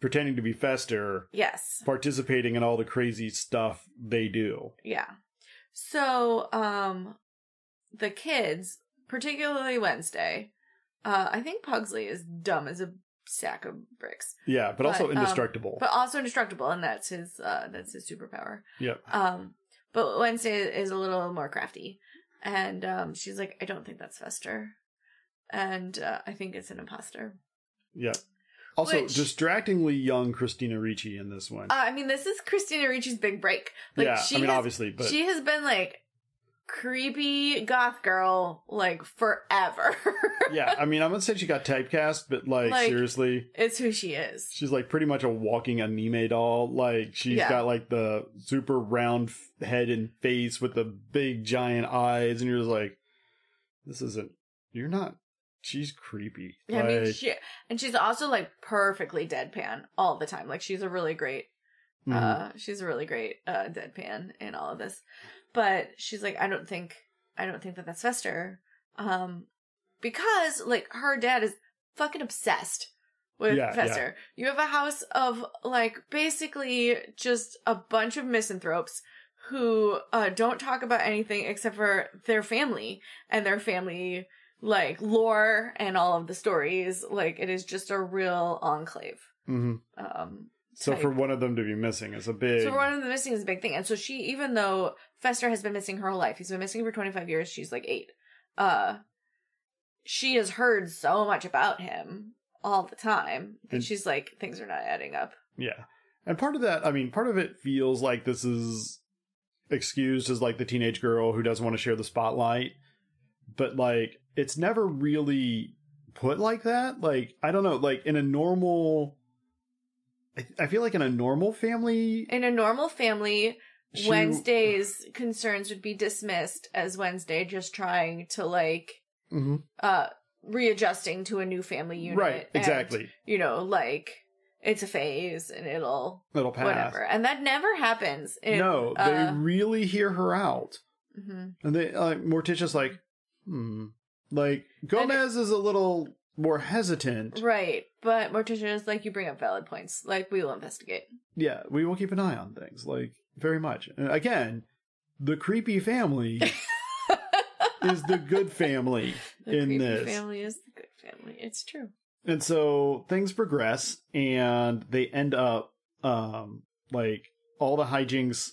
S1: pretending to be Fester,
S2: Yes,
S1: participating in all the crazy stuff they do.
S2: yeah. So, um, the kids, particularly Wednesday, uh, I think Pugsley is dumb as a sack of bricks,
S1: Yeah, but, also
S2: But, um,
S1: indestructible.
S2: but also indestructible, and that's his uh, that's his superpower.
S1: yep.
S2: Um, but Wednesday is a little more crafty, and um, she's like, "I don't think that's Fester, and uh, I think it's an imposter."
S1: Yeah. Also,
S2: Which-
S1: distractingly young Christina Ricci in this one.
S2: Uh, I mean, this is Christina Ricci's big break. Like,
S1: yeah,
S2: she
S1: I mean,
S2: has,
S1: obviously, but
S2: she has been like creepy goth girl like forever. <laughs>
S1: yeah, I mean, I'm gonna say she got typecast, but like,
S2: Like-
S1: seriously,
S2: it's who she is.
S1: she's like pretty much a walking anime doll. Like, she's
S2: Yeah.
S1: got like the super round f- head and face with the big giant eyes, and you're just like, this isn't. You're not. She's creepy.
S2: I mean,
S1: Like,
S2: she and she's also like perfectly deadpan all the time. Like, she's a really great
S1: mhm.
S2: Uh, she's a really great uh, deadpan in all of this, but she's like, I don't think, I don't think that that's Fester, um, because like her dad is fucking obsessed with
S1: Yeah,
S2: Fester. You have a house of like basically just a bunch of misanthropes who uh, don't talk about anything except for their family and their family like lore and all of the stories. Like it is just a real enclave.
S1: Mhm.
S2: Um,
S1: So for
S2: type.
S1: one of them to be missing is a big.
S2: so one of the missing is a big thing. And so she, even though Fester has been missing her whole life, he's been missing for 25 years, she's like eight. Uh, she has heard so much about him all the time that
S1: And-
S2: she's like, things are not adding up.
S1: Yeah. And part of that, I mean, part of it feels like this is excused as like the teenage girl who doesn't want to share the spotlight. But like, it's never really put like that. Like, I don't know, like in a normal. I, I feel like in a normal family.
S2: In a normal family,
S1: she-
S2: Wednesday's concerns would be dismissed as Wednesday just trying to like,
S1: Mhm.
S2: uh, readjusting to a new family unit.
S1: Right,
S2: and,
S1: exactly.
S2: you know, like, it's a phase and it'll
S1: It'll pass.
S2: whatever. And that never happens. in,
S1: no,
S2: uh,
S1: they really hear her out.
S2: mhm.
S1: And they, like, Morticia's like, hmm. Like, Gomez is a little more hesitant.
S2: Right, but Morticia is like, you bring up valid points. Like, we will investigate.
S1: yeah, we will keep an eye on things, like very much. And again, the creepy
S2: <laughs>
S1: family is the good family.
S2: The
S1: In
S2: creepy
S1: this.
S2: family is the good family. It's true.
S1: And so things progress and they end up um like all the hijinks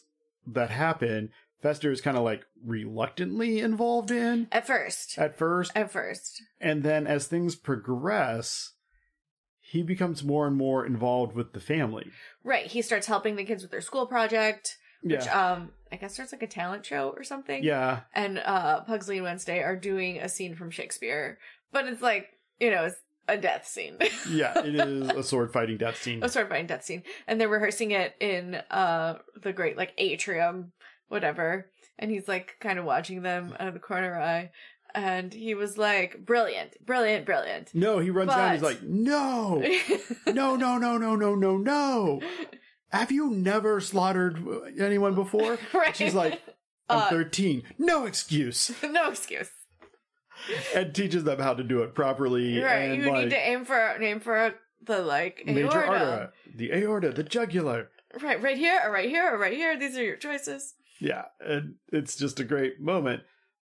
S1: that happen, Fester is kind of like reluctantly involved in
S2: At first.
S1: at first,
S2: At first.
S1: and then as things progress, he becomes more and more involved with the family.
S2: Right, he starts helping the kids with their school project,
S1: Yeah.
S2: which, um, I guess starts like a talent show or something.
S1: yeah.
S2: And, uh, Pugsley and Wednesday are doing a scene from Shakespeare, but it's like, you know, it's a death scene. <laughs>
S1: Yeah, it is a sword fighting death scene.
S2: a sword fighting Oh, death scene, and they're rehearsing it in uh the great like atrium, whatever. And he's like kind of watching them out of the corner eye, and he was like, "Brilliant, brilliant, brilliant."
S1: No, he runs down. He's
S2: But-
S1: like, no, no, no, no, no, no, no, no. Have you never slaughtered anyone
S2: <laughs>
S1: before?
S2: <laughs> right?
S1: She's like, I'm
S2: Uh,
S1: 13. No excuse.
S2: no excuse.
S1: and teaches them how to do it properly.
S2: right.
S1: and
S2: You
S1: like,
S2: need to aim for aim for the like
S1: major
S2: aorta.
S1: artery, the aorta, the jugular.
S2: Right, right here, or right here, or right here. These are your choices.
S1: Yeah, and it's just a great moment,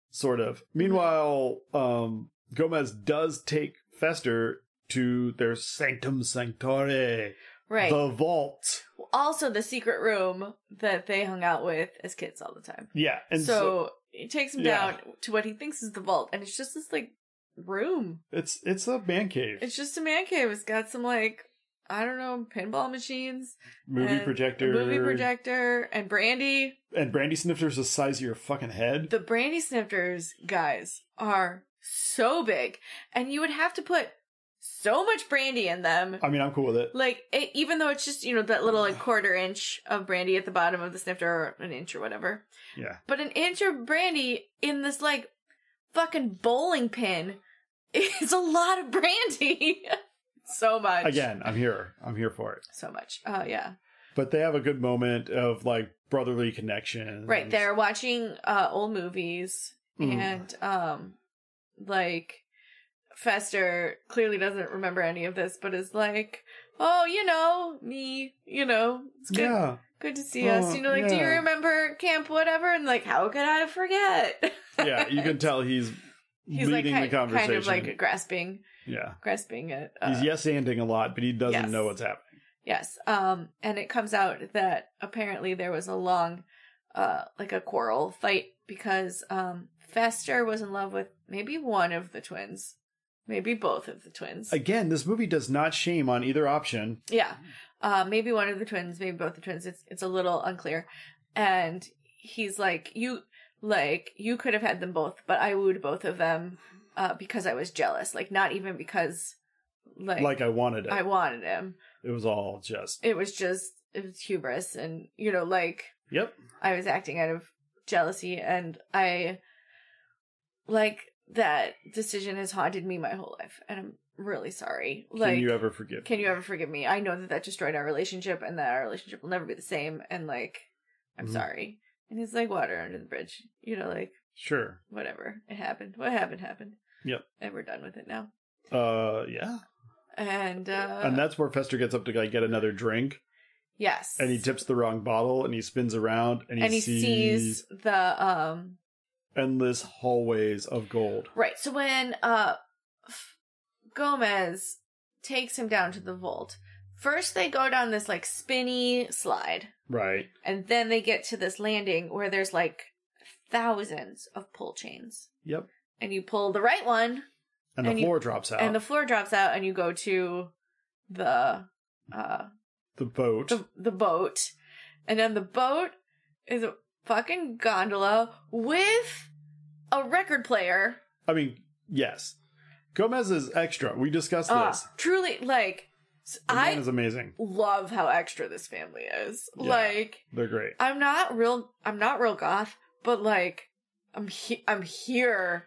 S1: sort of.
S2: Mm-hmm.
S1: Meanwhile, um, Gomez does take Fester to their sanctum sanctore,
S2: Right.
S1: the vault.
S2: also, the secret room that they hung out with as kids all the time.
S1: Yeah, and
S2: so,
S1: so,
S2: he takes him
S1: Yeah.
S2: down to what he thinks is the vault, and it's just this like room.
S1: it's it's a man cave
S2: It's just a man cave. It's got some like I don't know pinball machines,
S1: movie
S2: and a
S1: projector,
S2: movie projector, and brandy.
S1: and brandy sniffers the size of your fucking head.
S2: The brandy snifters guys are so big, and you would have to put so much brandy in them
S1: I mean, I'm cool with it.
S2: Like it, even though it's just you know that little like quarter inch of brandy at the bottom of the snifter, or an inch or whatever,
S1: Yeah,
S2: but an inch of brandy in this like fucking bowling pin <laughs> is a lot of brandy. <laughs> so much.
S1: again, I'm here. I'm here for it.
S2: So much. Oh yeah.
S1: But they have a good moment of like brotherly connection.
S2: Right. They're watching uh old movies
S1: Mm.
S2: and um like Fester clearly doesn't remember any of this, but is like, oh, you know, me, you know, it's good
S1: Yeah.
S2: good to see
S1: Oh,
S2: us. You know, like, do you
S1: yeah.
S2: remember camp whatever? And like, how could I forget?
S1: Yeah.
S2: <laughs>
S1: You can tell he's,
S2: He's like
S1: leading
S2: kind,
S1: the conversation.
S2: kind of like grasping,
S1: yeah.
S2: grasping it.
S1: He's
S2: Uh,
S1: yes anding a lot, but he doesn't
S2: yes.
S1: know what's happening.
S2: Yes. Um, and it comes out that apparently there was a long, uh, like a quarrel fight because um, Fester was in love with maybe one of the twins, maybe both of the twins.
S1: Again, this movie does not shame on either option.
S2: Yeah. Uh, maybe one of the twins, maybe both the twins. It's it's a little unclear. And he's like, you like you could have had them both, but I wooed both of them uh, because I was jealous. Like not even because like,
S1: Like I wanted it.
S2: I wanted him.
S1: it was all just.
S2: It was just it was hubris, and you know like
S1: Yep.
S2: I was acting out of jealousy, and I like that decision has haunted me my whole life, and I'm really sorry. Like
S1: can you ever forgive?
S2: can
S1: me?
S2: you ever forgive me? I know that that destroyed our relationship and that our relationship will never be the same. And like, I'm
S1: Mhm.
S2: sorry. And he's like water under the bridge. You know, like,
S1: Sure.
S2: whatever. It happened. What happened happened.
S1: Yep.
S2: And we're done with it now.
S1: Uh, yeah.
S2: And, uh,
S1: and that's where Fester gets up to like get another drink,
S2: yes.
S1: and he tips the wrong bottle, and he spins around, and he,
S2: and he
S1: sees,
S2: sees the, um,
S1: endless hallways of gold.
S2: right. So when, uh, F- Gomez takes him down to the vault, first they go down this like spinny slide.
S1: Right.
S2: And then they get to this landing where there's like thousands of pull chains.
S1: Yep.
S2: And you pull the right one,
S1: And the
S2: And you-
S1: floor drops out.
S2: and the floor drops out, and you go to the uh
S1: the boat.
S2: the, the boat. And then the boat is a fucking gondola with a record player.
S1: I mean, yes. Gomez is extra. We discussed
S2: Ah,
S1: this.
S2: truly, like s-
S1: The man
S2: I
S1: is amazing.
S2: love how extra this family is.
S1: Yeah.
S2: Like
S1: They're great.
S2: I'm not real. I'm not real goth, but like, I'm he- I'm here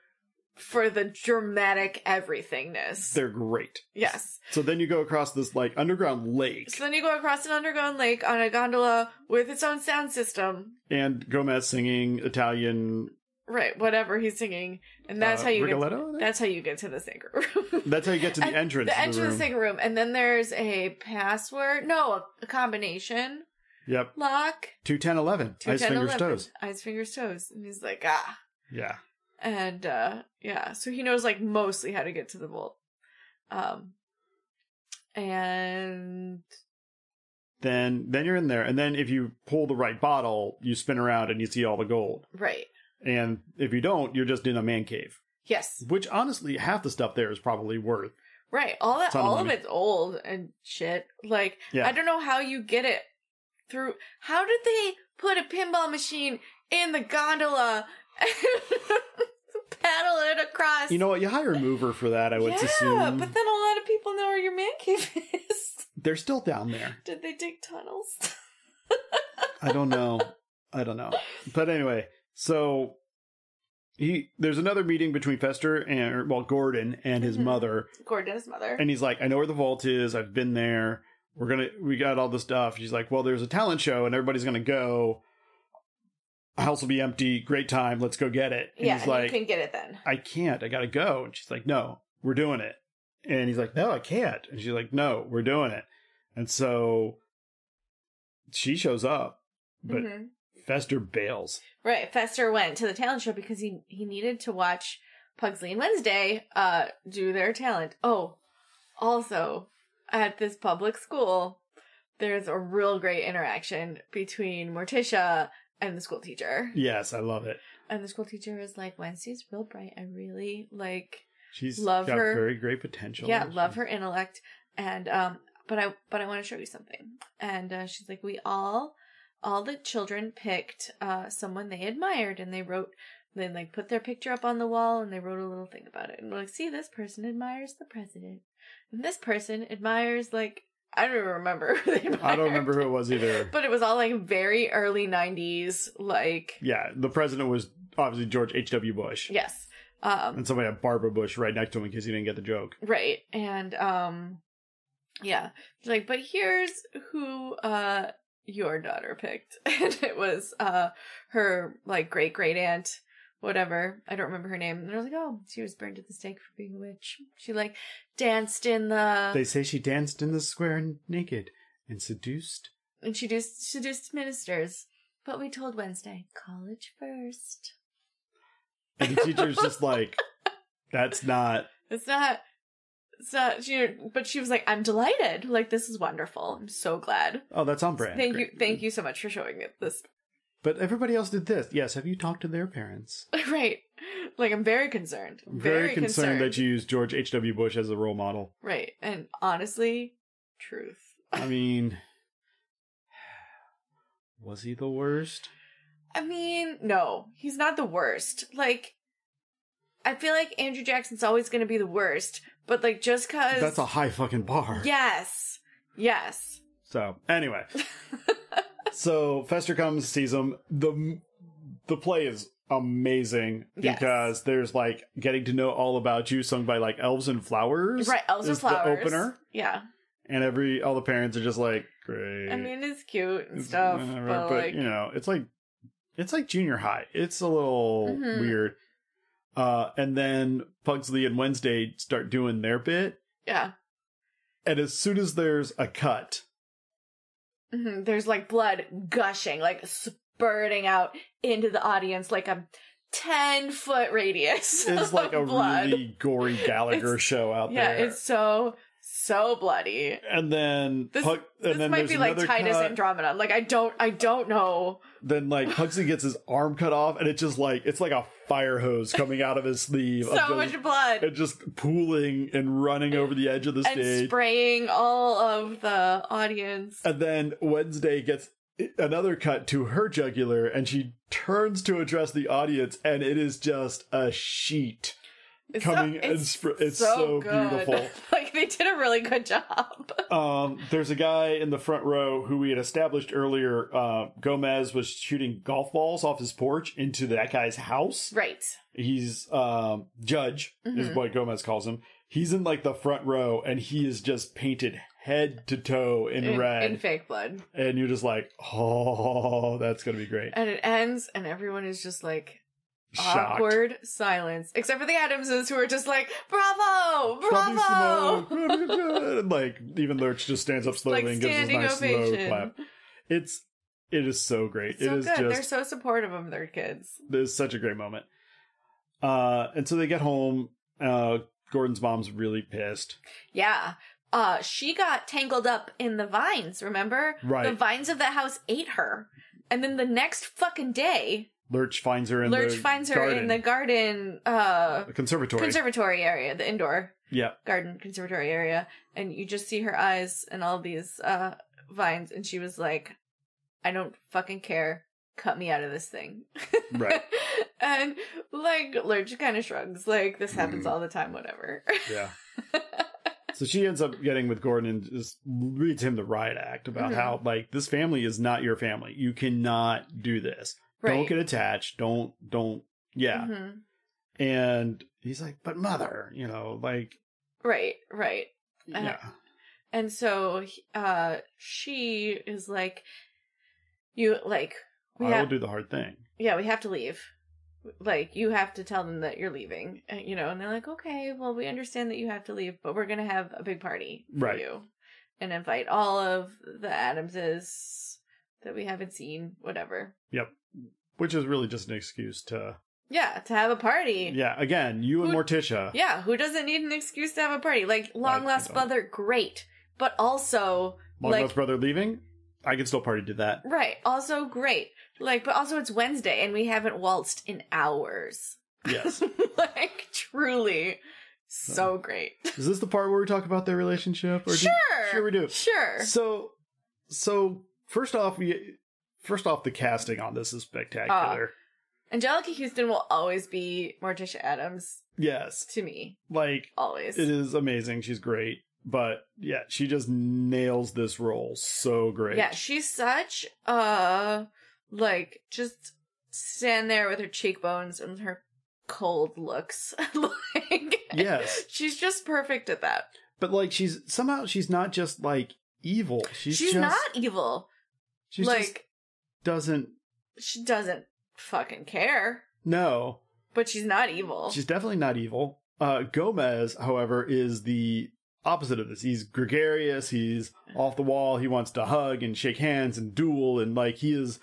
S2: for the dramatic everythingness.
S1: They're great.
S2: yes.
S1: So then you go across this like underground lake,
S2: So then you go across an underground lake on a gondola with its own sound system.
S1: and Gomez singing Italian.
S2: Right, whatever he's singing, and that's
S1: uh,
S2: how you
S1: Rigoletto?
S2: get. That's how you get to the sacred room.
S1: That's how you get to <laughs> the
S2: And
S1: entrance.
S2: the
S1: of
S2: entrance to
S1: the
S2: the
S1: room.
S2: sacred room, and then there's a password. No, a combination
S1: Yep.
S2: lock.
S1: Two ten eleven.
S2: Two,
S1: Ice
S2: 10,
S1: fingers
S2: 11.
S1: toes.
S2: Ice fingers toes, and he's like, ah.
S1: Yeah.
S2: and uh yeah so he knows like mostly how to get to the vault um and
S1: Then then you're in there, and then if you pull the right bottle, you spin around and you see all the gold.
S2: right
S1: And if you don't, you're just in a man cave.
S2: yes
S1: Which honestly, half the stuff there is probably worth.
S2: right all that
S1: Ton of
S2: all of
S1: money.
S2: it's old and shit like
S1: Yeah.
S2: i don't know how you get it through how did they put a pinball machine in the gondola and <laughs> paddle it across
S1: You know what? You hire a mover for that. I would
S2: yeah,
S1: assume
S2: but then a lot of people know where your man cave <laughs> is.
S1: they're still down there.
S2: Did they dig tunnels?
S1: I don't know. I don't know. But anyway, so he there's another meeting between Fester and or, well Gordon and his
S2: Mhm.
S1: mother,
S2: Gordon's mother.
S1: and he's like, "I know where the vault is. I've been there. We're gonna we got all the stuff." She's like, "Well, there's a talent show, and everybody's gonna go." house will be empty. Great time. Let's go get it. And
S2: yeah,
S1: he's
S2: and
S1: like,
S2: you can get it then.
S1: I can't. I gotta go. And she's like, No, we're doing it. And he's like, No, I can't. And she's like, No, we're doing it. And so she shows up, but
S2: Mhm.
S1: Fester bails.
S2: Right. Fester went to the talent show because he he needed to watch Pugsley and Wednesday uh do their talent. Oh, also at this public school, there's a real great interaction between Morticia and the school teacher.
S1: Yes, I love it.
S2: And the school teacher is like, Wednesday's real bright. I really like
S1: She's
S2: Love
S1: got
S2: her.
S1: very great potential.
S2: yeah, love her intellect. And um, but I but I want to show you something. And uh, she's like, we all, all the children picked uh someone they admired, and they wrote, they like put their picture up on the wall, and they wrote a little thing about it. And we're like, see, this person admires the president, and this person admires like I don't even remember. <laughs> Who they
S1: I don't
S2: admired.
S1: remember who it was either.
S2: <laughs> But it was all like very early '90s, like
S1: yeah, the president was obviously George H.W. Bush.
S2: yes, um,
S1: And somebody had Barbara Bush right next to him in case you didn't get the joke.
S2: Right. And um yeah. She's like, but here's who uh your daughter picked. <laughs> And it was uh her like great great aunt, whatever. I don't remember her name. And I was like, Oh, she was burned at the stake for being a witch. She like danced in the
S1: They say she danced in the square naked and seduced.
S2: and she just seduced ministers. But we told Wednesday, college first.
S1: And the teacher's
S2: <laughs>
S1: just like, that's not.
S2: It's not it's not she but she was like, I'm delighted. Like this is wonderful. I'm so glad.
S1: Oh, that's on brand.
S2: Thank
S1: Great.
S2: you thank you so much for showing me this
S1: But everybody else did this. Yes, have you talked to
S2: <laughs>
S1: their parents?
S2: Right. Like I'm very concerned.
S1: I'm very, concerned, that you used George H.W. Bush as a role model.
S2: Right. And honestly, truth.
S1: I mean, <sighs> was he the worst?
S2: I mean, no, he's not the worst. Like I feel like Andrew Jackson's always going to be the worst, but like just cuz
S1: That's a high fucking bar.
S2: Yes. Yes.
S1: So,
S2: <laughs>
S1: anyway. so, Fester comes, sees him. The the play is amazing
S2: Yes.
S1: because there's like getting to know all about you sung by like elves and flowers.
S2: Right, Elves and
S1: is the
S2: Flowers.
S1: opener.
S2: Yeah.
S1: And every all the parents are just like, great.
S2: I mean, it's cute and
S1: It's-
S2: stuff,
S1: whatever,
S2: but, like
S1: you know, it's like it's like junior high. It's a little
S2: Mhm.
S1: weird. Uh, and then Pugsley and Wednesday start doing their bit,
S2: yeah.
S1: and as soon as there's a cut,
S2: hmm There's like blood gushing, like spurting out into the audience like a 10 foot radius. <laughs>
S1: it's like a
S2: of blood.
S1: really gory Gallagher
S2: It's-
S1: show out
S2: yeah,
S1: there.
S2: it's so so bloody.
S1: and then
S2: This-
S1: Pug- and
S2: this
S1: then
S2: might
S1: there's
S2: be like
S1: another
S2: Titus
S1: cut.
S2: Andromeda. Like I don't, I don't know.
S1: then like Pugsley gets his arm cut off, and it's just like it's like a fire hose coming out of his sleeve,
S2: So
S1: of just-
S2: much blood
S1: and just pooling and running over the edge of the
S2: and
S1: stage.
S2: spraying all of the audience.
S1: And then Wednesday gets another cut to her jugular and she turns to address the audience and it is just a sheet
S2: It's
S1: coming
S2: so,
S1: and
S2: it's,
S1: sp- it's
S2: so,
S1: so, beautiful.
S2: beautiful. <laughs> like they did a really good job.
S1: Um, there's a guy in the front row who we had established earlier. Uh, Gomez was shooting golf balls off his porch into that guy's house.
S2: right.
S1: He's um, Judge, is
S2: Mhm.
S1: what Gomez calls him. He's in like the front row and he is just painted head to toe in, red.
S2: in fake blood,
S1: and you're just like, oh, that's gonna be great.
S2: and it ends, and everyone is just like
S1: Shocked.
S2: awkward silence, except for the Adamses who are just like, "Bravo,
S1: Bobby
S2: <laughs> bravo!"
S1: Simone, good, good, good. <laughs> like even Lurch just stands up slowly
S2: like
S1: and gives us a
S2: standing
S1: nice slow
S2: ovation.
S1: clap. It's it is so great.
S2: It's so
S1: it is
S2: good. They're
S1: just
S2: so supportive of their kids.
S1: this is such a great moment. Uh, and so they get home. Uh, Gordon's mom's really pissed.
S2: Yeah. Uh, she got tangled up in the vines, remember?
S1: Right.
S2: The vines of that house ate her. And then the next fucking day,
S1: Lurch finds her in
S2: Lurch
S1: the
S2: finds her in
S1: garden,
S2: the garden, uh,
S1: the conservatory.
S2: conservatory area, the indoor
S1: yeah,
S2: garden conservatory area. And you just see her eyes and all these, uh, vines. And she was like, I don't fucking care. Cut me out of this thing. <laughs>
S1: right.
S2: and like, Lurch kind of shrugs, like, this happens
S1: Mm.
S2: all the time, whatever. <laughs>
S1: Yeah. so she ends up getting with Gordon and just reads him the riot act about
S2: Mhm.
S1: how like this family is not your family. You cannot do this. Don't get attached. Don't don't yeah.
S2: Mhm.
S1: And he's like, but mother, you know, like
S2: Right, right. Uh,
S1: yeah.
S2: And so he- uh she is like you like We
S1: I
S2: ha-
S1: will do the hard thing.
S2: yeah, we have to leave. Like, you have to tell them that you're leaving, uh, you know, and they're like, okay, well, we understand that you have to leave, but we're going to have a big party for
S1: Right.
S2: you and invite all of the Adamses that we haven't seen, whatever.
S1: Which is really just an excuse to
S2: Yeah, to have a party.
S1: Yeah, again, you and
S2: Who-
S1: Morticia.
S2: Yeah, who doesn't need an excuse to have a party? Like, long
S1: Like,
S2: lost
S1: you don't.
S2: brother, great. But also,
S1: Mongo's
S2: like-
S1: brother leaving, I can still party to that.
S2: right, also great. Like, but also it's Wednesday and we haven't waltzed in hours. <laughs>
S1: Yes.
S2: like, truly, so great.
S1: is this the part where we talk about their relationship? do-
S2: sure.
S1: sure we do.
S2: Sure.
S1: So so first off we first off the casting on this is spectacular.
S2: Ah. Angelica Houston will always be Morticia Adams
S1: yes.
S2: to me.
S1: Like
S2: Always.
S1: it is amazing. She's great. But yeah, she just nails this role so great.
S2: Yeah, she's such uh like just stand there with her cheekbones and her cold looks. <laughs> like
S1: Yes.
S2: she's just perfect at that.
S1: But like she's somehow she's not just like evil. She's,
S2: She's,
S1: just
S2: not evil.
S1: she just
S2: like
S1: doesn't
S2: she doesn't fucking care,
S1: know.
S2: but she's not evil.
S1: She's definitely not evil. Uh, Gomez, however, is the opposite of this. He's gregarious. He's off the wall. He wants to hug and shake hands and duel and like he is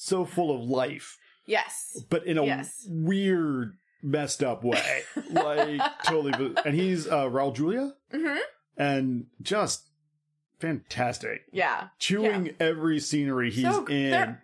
S1: so full of life,
S2: yes.
S1: but in a
S2: Yes.
S1: weird, messed up
S2: <laughs>
S1: way. like totally. bu- And he's uh, Raul Julia
S2: Mhm.
S1: and just fantastic,
S2: Yeah.
S1: chewing every scenery he's
S2: So-
S1: in.
S2: they're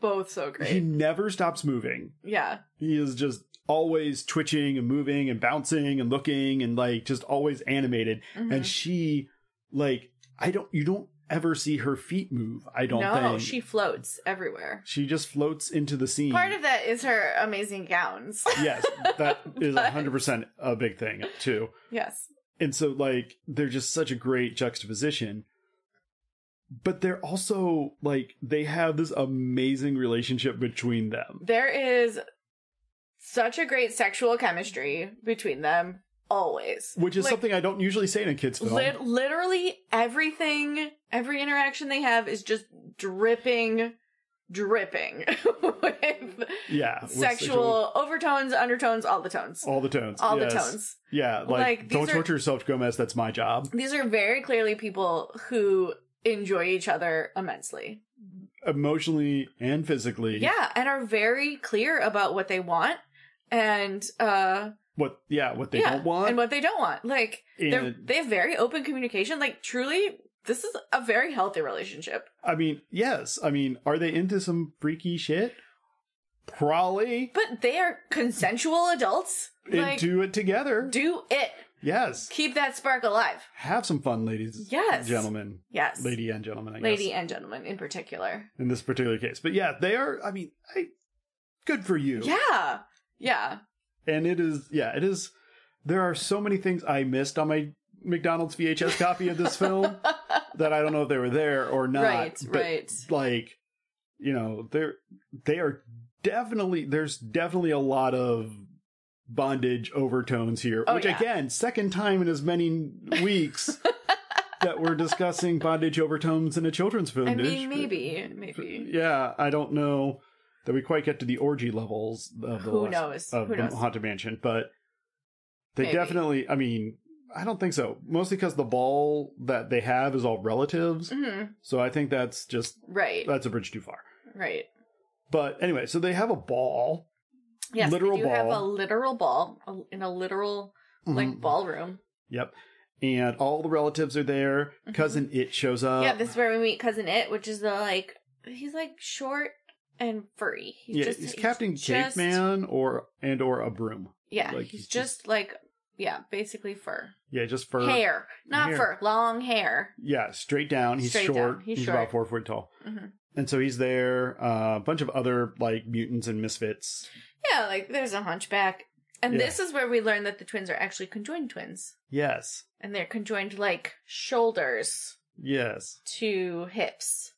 S2: Both so great.
S1: He never stops moving.
S2: yeah.
S1: He is just always twitching and moving and bouncing and looking and like just always animated.
S2: Mhm.
S1: And she, like, I don't, you don't ever see her feet move. I don't
S2: no,
S1: think
S2: she floats everywhere.
S1: She just floats into the scene.
S2: Part of that is her amazing gowns.
S1: <laughs>
S2: <laughs>
S1: yes, that is
S2: But-
S1: hundred percent a big thing too.
S2: yes.
S1: And so, like, they're just such a great juxtaposition. But they're also like they have this amazing relationship between them.
S2: There is such a great sexual chemistry between them always.
S1: which is
S2: Like,
S1: something I don't usually say in a kids film.
S2: lit- literally everything, every interaction they have is just dripping, dripping <laughs> with
S1: yeah, with
S2: sexual overtones, undertones, all the tones.
S1: all the tones,
S2: All
S1: yes.
S2: the tones.
S1: Yeah, like,
S2: Like, these
S1: don't
S2: are-
S1: torture yourself, Gomez. That's my job.
S2: These are very clearly people who enjoy each other immensely.
S1: Emotionally and physically.
S2: Yeah, and are very clear about what they want and uh
S1: What? Yeah, what they
S2: yeah,
S1: don't want.
S2: and what they don't want. Like they're
S1: And-
S2: they have very open communication. Like truly, this is a very healthy relationship.
S1: I mean, yes. I mean, are they into some freaky shit? Probably
S2: But they are consensual adults. Like
S1: and do it together.
S2: do it.
S1: yes.
S2: Keep that spark alive.
S1: Have some fun, ladies.
S2: Yes.
S1: Gentlemen.
S2: Yes.
S1: Lady and gentlemen, I
S2: Lady
S1: guess.
S2: and gentlemen in particular.
S1: In this particular case. But yeah, they are, I mean, I, good for you.
S2: Yeah. Yeah.
S1: and it is yeah it is there are so many things i missed on my mcdonald's vhs copy of
S2: <laughs>
S1: this film that i don't know if they were there or not
S2: right,
S1: but,
S2: right.
S1: like you know they're they are definitely there's definitely a lot of bondage overtones here
S2: Oh,
S1: which
S2: yeah.
S1: again second time in as many
S2: <laughs>
S1: weeks that we're discussing bondage overtones in a children's film
S2: I
S1: dish.
S2: mean maybe. Maybe.
S1: yeah i don't know that we quite get to the orgy levels of the
S2: Who
S1: last-
S2: knows?
S1: of
S2: Who
S1: the
S2: knows?
S1: haunted mansion but they
S2: Maybe.
S1: definitely i mean i don't think so mostly because the ball that they have is all relatives
S2: Mhm.
S1: so i think that's just
S2: Right.
S1: that's a bridge too far
S2: Right.
S1: but anyway so they have a ball
S2: Yes,
S1: literal
S2: they do have a
S1: ball.
S2: literal ball a- in a literal like
S1: Mhm.
S2: ballroom.
S1: yep and all the relatives are there
S2: Mhm.
S1: cousin it shows up
S2: yeah, this is where we meet cousin It, which is the like he's like short and furry. He's
S1: yeah,
S2: just
S1: he's Captain
S2: just-
S1: Caveman or and or a broom.
S2: Yeah,
S1: Like,
S2: he's,
S1: he's
S2: just,
S1: just-
S2: like yeah, basically fur.
S1: Yeah, just for
S2: hair, not
S1: Hair.
S2: fur, long hair.
S1: Yeah, straight down. He's
S2: Straight
S1: short.
S2: down. He's
S1: He's,
S2: short.
S1: about four foot tall.
S2: Mhm.
S1: And so he's there. uh, A bunch of other like mutants and misfits.
S2: Yeah, like there's a hunchback. And
S1: Yeah.
S2: this is where we learn that the twins are actually conjoined twins.
S1: Yes,
S2: And they're conjoined like shoulders
S1: yes.
S2: to hips.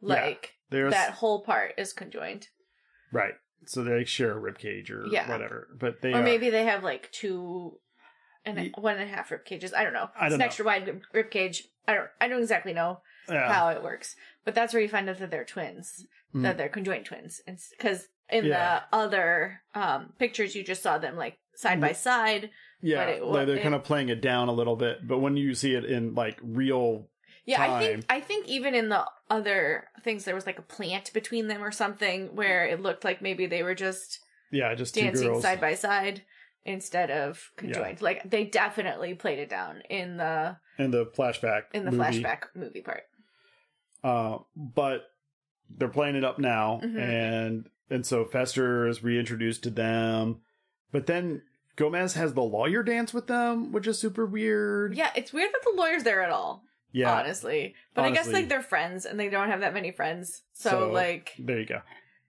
S1: Yeah,
S2: Like
S1: There's
S2: that whole part is conjoined.
S1: right. So they like, share a rib cage or
S2: Yeah.
S1: whatever. But they
S2: or
S1: are-
S2: maybe they have like two and
S1: Ye-
S2: one and a half rib cages. I don't know.
S1: I don't
S2: it's an
S1: know.
S2: extra wide rib- rib cage. I don't. I don't exactly know.
S1: Yeah.
S2: how it works. But that's where you find out that they're twins,
S1: Mm.
S2: that they're conjoined twins. Because in
S1: Yeah.
S2: the other um, pictures, you just saw them like side by side.
S1: yeah,
S2: but it wa-
S1: like they're
S2: it-
S1: kind of playing it down a little bit, but when you see it in like real,
S2: Yeah, I think
S1: Time.
S2: I think even in the other things, there was like a plant between them or something where it looked like maybe they were just
S1: yeah, just two
S2: dancing
S1: girls,
S2: side by side instead of conjoined. Like they definitely played it down in the
S1: in the flashback,
S2: in the
S1: movie.
S2: flashback movie part.
S1: Uh, but they're playing it up now,
S2: Mhm.
S1: and and so Fester is reintroduced to them, but then Gomez has the lawyer dance with them, which is super weird.
S2: Yeah, it's weird that the lawyer's there at all.
S1: Yeah,
S2: honestly. But I guess
S1: Honestly.
S2: like they're friends and they don't have that many friends. So,
S1: So-
S2: like
S1: there you go.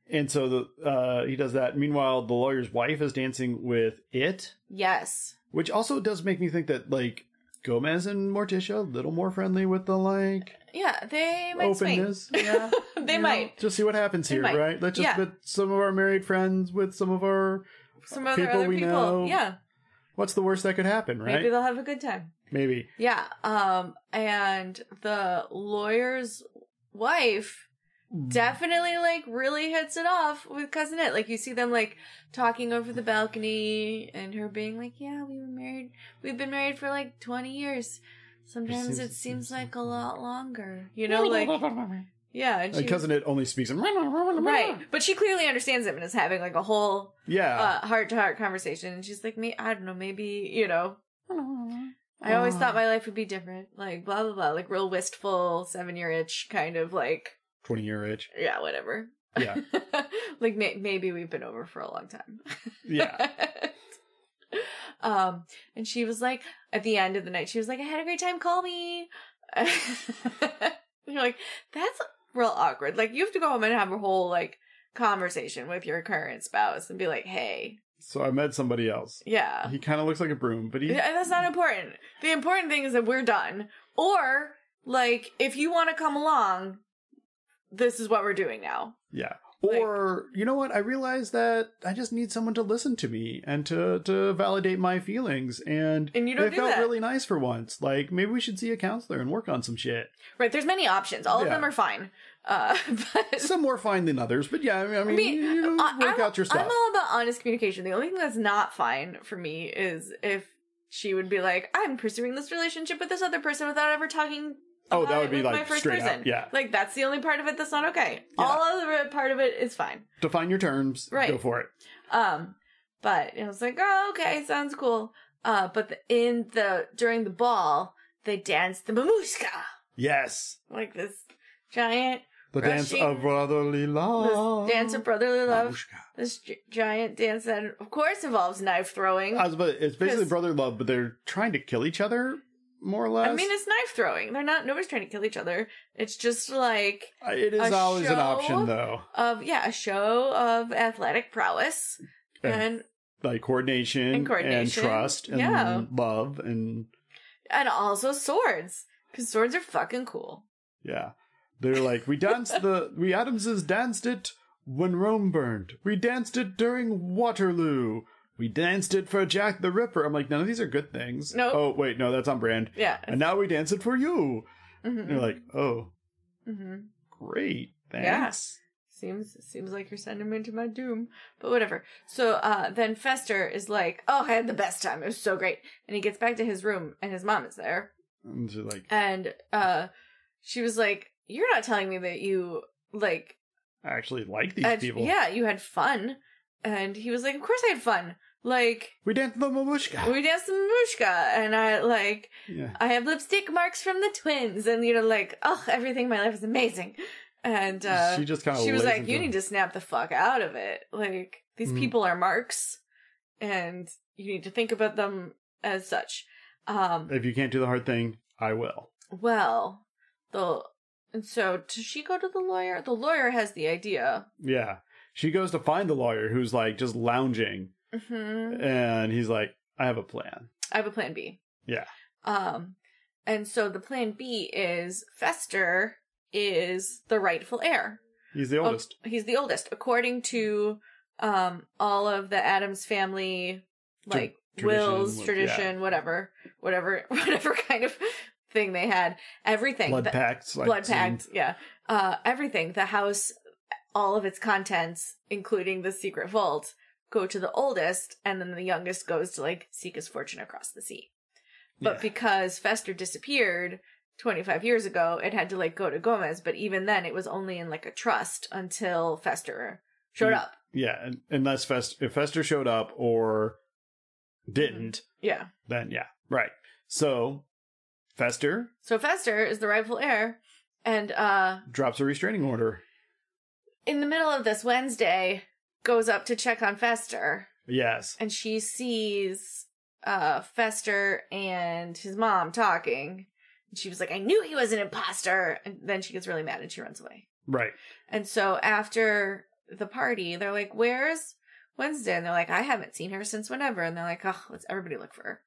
S1: And so the uh, he does that. Meanwhile, the lawyer's wife is dancing with it,
S2: yes.
S1: which also does make me think that like Gomez and Morticia a little more friendly with the like
S2: Yeah, they might swing.
S1: openness. Yeah.
S2: <laughs> They
S1: You know,
S2: might.
S1: just see what happens
S2: They
S1: here,
S2: might.
S1: right? Let's just
S2: Yeah.
S1: put some of our married friends with some of our
S2: Some other
S1: people
S2: other
S1: we
S2: people.
S1: know,
S2: yeah.
S1: what's the worst that could happen, right?
S2: Maybe they'll have a good time.
S1: Maybe.
S2: Yeah. Um and the lawyer's wife definitely like really hits it off with cousin it. Like you see them like talking over the balcony and her being like, Yeah, we were married we've been married for like twenty years. Sometimes
S1: seems-
S2: it seems like a lot longer. You know, like yeah, and she
S1: And cousin it only speaks in
S2: Right. But she clearly understands him and is having like a whole
S1: Yeah.
S2: uh heart to heart conversation and she's like, Me I don't know, maybe, you know, I always thought my life would be different. Like blah blah blah. Like real wistful seven year itch kind of like
S1: twenty year itch.
S2: yeah, whatever.
S1: Yeah.
S2: <laughs> like may- maybe we've been over for a long time. <laughs>
S1: Yeah.
S2: um and she was like at the end of the night she was like I had a great time call me. <laughs> And you're like that's real awkward. Like you have to go home and have a whole like conversation with your current spouse and be like, "Hey,
S1: so I met somebody else.
S2: yeah.
S1: He kind of looks like a broom, but he
S2: Yeah, that's not important. The important thing is that we're done. Or like if you want to come along, this is what we're doing now.
S1: Yeah.
S2: Like-
S1: Or you know what? I realize that I just need someone to listen to me and to to validate my feelings. And
S2: And you don't
S1: it
S2: do
S1: felt
S2: that.
S1: really nice for once. Like maybe we should see a counselor and work on some shit.
S2: Right, there's many options. All of
S1: Yeah.
S2: them are fine. Uh <laughs> but
S1: Some more fine than others, but yeah, I mean, I
S2: I
S1: mean,
S2: mean,
S1: you know,
S2: I-
S1: work
S2: I'm-
S1: out your stuff.
S2: I'm all about honest communication. The only thing that's not fine for me is if she would be like, "I'm pursuing this relationship with this other person without ever talking."
S1: Oh,
S2: about
S1: that would
S2: it
S1: be,
S2: with
S1: like,
S2: my first
S1: straight up,
S2: person.
S1: yeah.
S2: like that's the only part of it that's not okay.
S1: Yeah.
S2: All other part of it is fine.
S1: Define your terms.
S2: Right.
S1: Go for it.
S2: Um, but it was like, oh, okay, sounds cool. Uh, but the, in the during the ball, they danced the mamushka,
S1: Yes.
S2: like this giant
S1: The dance
S2: Rushing-
S1: of brotherly love.
S2: this dance of brotherly love.
S1: Babushka.
S2: This gi- giant dance that, of course, involves knife throwing.
S1: I was about- Uh, it's basically
S2: 'Cause-
S1: brother love, but they're trying to kill each other, more or less.
S2: I mean, it's knife throwing. They're not. Nobody's trying to kill each other. It's just like
S1: it is
S2: a
S1: always an
S2: show
S1: option, though.
S2: of yeah, a show of athletic prowess
S1: And
S2: and
S1: like coordination
S2: And
S1: and,
S2: coordination.
S1: trust and
S2: Yeah.
S1: love and
S2: and also swords because swords are fucking cool.
S1: yeah they're like we danced the we adamses danced it when rome burned we danced it during waterloo we danced it for jack the ripper i'm like none of these are good things
S2: Nope.
S1: oh wait no that's on brand
S2: Yeah.
S1: and now we dance it for you and
S2: Mm-hmm.
S1: you're like oh
S2: mm-hmm.
S1: great
S2: Yeah.
S1: thanks
S2: Seems seems like you're sending me to my doom, but whatever. So uh, then Fester is like, "Oh, I had the best time. It was so great." And he gets back to his room, and his mom is there,
S1: and she's like
S2: and uh, she was like, "You're not telling me that you like,
S1: i actually like these
S2: had-
S1: people
S2: yeah, you had fun." And he was like, "Of course I had fun. Like
S1: we danced the mamushka
S2: we danced the mushka, and I like
S1: yeah
S2: I have lipstick marks from the twins, and you know, like, oh, everything in my life is amazing." And uh,
S1: she just kind of
S2: she was like, "You need to snap the fuck out of it. Like these
S1: Mhm.
S2: people are marks, and you need to think about them as such." Um,
S1: if you can't do the hard thing i will
S2: well, the and so does she go to the lawyer? The lawyer has the idea.
S1: Yeah. She goes to find the lawyer who's like just lounging
S2: hmm
S1: Mm-hmm. and he's like, I have a plan.
S2: I have a plan B.
S1: Yeah.
S2: Um, and so the plan B is Fester is the rightful heir.
S1: He's the
S2: Oh,
S1: oldest.
S2: he's the oldest, according to um all of the Adams family
S1: Tra-
S2: like
S1: tradition,
S2: wills,
S1: what-
S2: tradition, <laughs> whatever, whatever, whatever kind of thing they had. Everything.
S1: blood
S2: The-
S1: packs. I've
S2: blood
S1: seen.
S2: packed. Yeah. Uh, everything. The house, all of its contents, including the secret vault, go to the oldest, and then the youngest goes to like seek his fortune across the sea. But
S1: Yeah.
S2: because Fester disappeared 25 years ago, it had to like go to Gomez. But even then, it was only in like a trust until Fester showed
S1: Mm.
S2: up.
S1: Yeah, un- unless Fest- if Fester showed up or didn't,
S2: Yeah.
S1: then yeah, right. So Fester
S2: So Fester is the rightful heir. And uh,
S1: drops a restraining order.
S2: in the middle of this, Wednesday goes up to check on Fester.
S1: Yes,
S2: and she sees uh Fester and his mom talking. And she was like, I knew he was an imposter. And then she gets really mad and she runs away.
S1: right.
S2: And so after the party, they're like, Where's Wednesday? And they're like, I haven't seen her since whenever. And they're like, Oh, let's everybody look for her.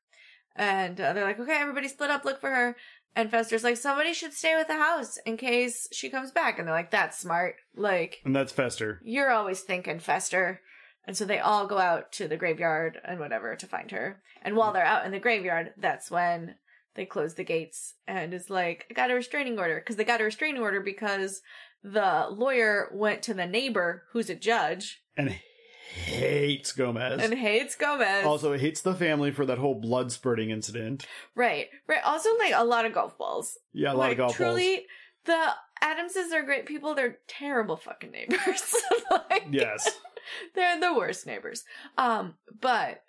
S2: And uh, they're like, Okay, everybody split up, look for her. And Fester's like, Somebody should stay with the house in case she comes back. And they're like, That's smart. Like,
S1: And that's Fester.
S2: you're always thinking Fester. And so they all go out to the graveyard and whatever to find her. And
S1: Mm.
S2: while they're out in the graveyard, that's when they close the gates and is like, I got a restraining order. Because they got a restraining order because the lawyer went to the neighbor who's a judge
S1: and hates Gomez.
S2: and hates Gomez.
S1: also hates the family for that whole blood spurting incident.
S2: right. Right. Also, like a lot of golf balls.
S1: Yeah, a lot
S2: like,
S1: of golf balls.
S2: truly, the Adamses are great people. They're terrible fucking neighbors. <laughs> like,
S1: Yes.
S2: They're the worst neighbors. Um, but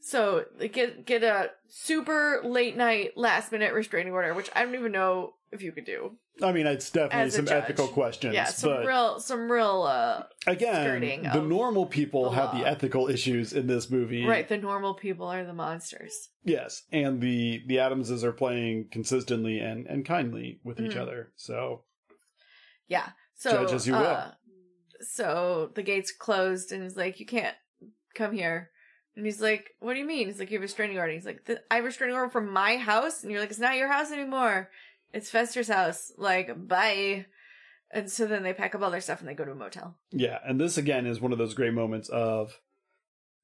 S2: so get get a super late night, last minute restraining order, which I don't even know if you could do.
S1: I mean, it's definitely
S2: As a
S1: some
S2: judge.
S1: ethical questions.
S2: yeah, some
S1: but
S2: real, some real. uh skirting
S1: again, the
S2: of
S1: normal people
S2: the
S1: have the
S2: law.
S1: ethical issues in this movie.
S2: Right, the normal people are the monsters.
S1: Yes. And the the Adamses are playing consistently and, and kindly with each
S2: Mhm.
S1: other. So
S2: Yeah. So
S1: Judge as you will.
S2: uh, So the gates closed, and he's like, "You can't come here." And he's like, "What do you mean?" He's like, "You have a restraining order." He's like, "Th- "I have a restraining order from my house," and you're like, "It's not your house anymore. It's Fester's house." Like, bye. And so then they pack up all their stuff and they go to a motel,
S1: yeah, and this again is one of those great moments of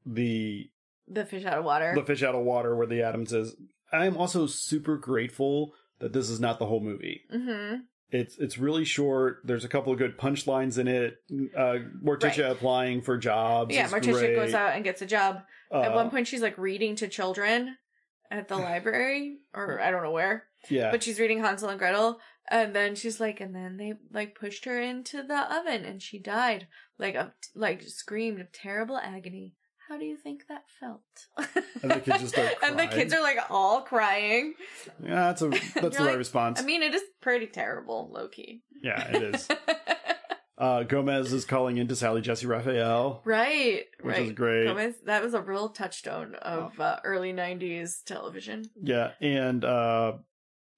S1: the
S2: the fish out of water.
S1: the fish out of water where the Adams is. I am also super grateful that this is not the whole movie.
S2: mm-hmm.
S1: It's it's really short. There's a couple of good punchlines in it. Uh, Morticia
S2: Right.
S1: applying for jobs.
S2: Yeah,
S1: is
S2: Morticia
S1: great.
S2: goes out and gets a job. At
S1: Uh,
S2: one point, she's like reading to children at
S1: <laughs>
S2: the library, or I don't know where.
S1: yeah,
S2: but she's reading Hansel and Gretel, and then she's like, and then they like pushed her into the oven, and she died, like a like screamed of terrible agony. How do you think that felt?
S1: And the kids just start
S2: <laughs> And the
S1: crying.
S2: kids are like all crying.
S1: yeah, that's a that's the
S2: You're
S1: right
S2: like,
S1: response.
S2: I mean, it is pretty terrible, low key.
S1: yeah, it is. <laughs> Uh, Gomez is calling into Sally Jesse Raphael,
S2: <laughs> right,
S1: which
S2: right.
S1: is great.
S2: Gomez, that was a real touchstone of uh, early '90s television.
S1: Yeah, and uh,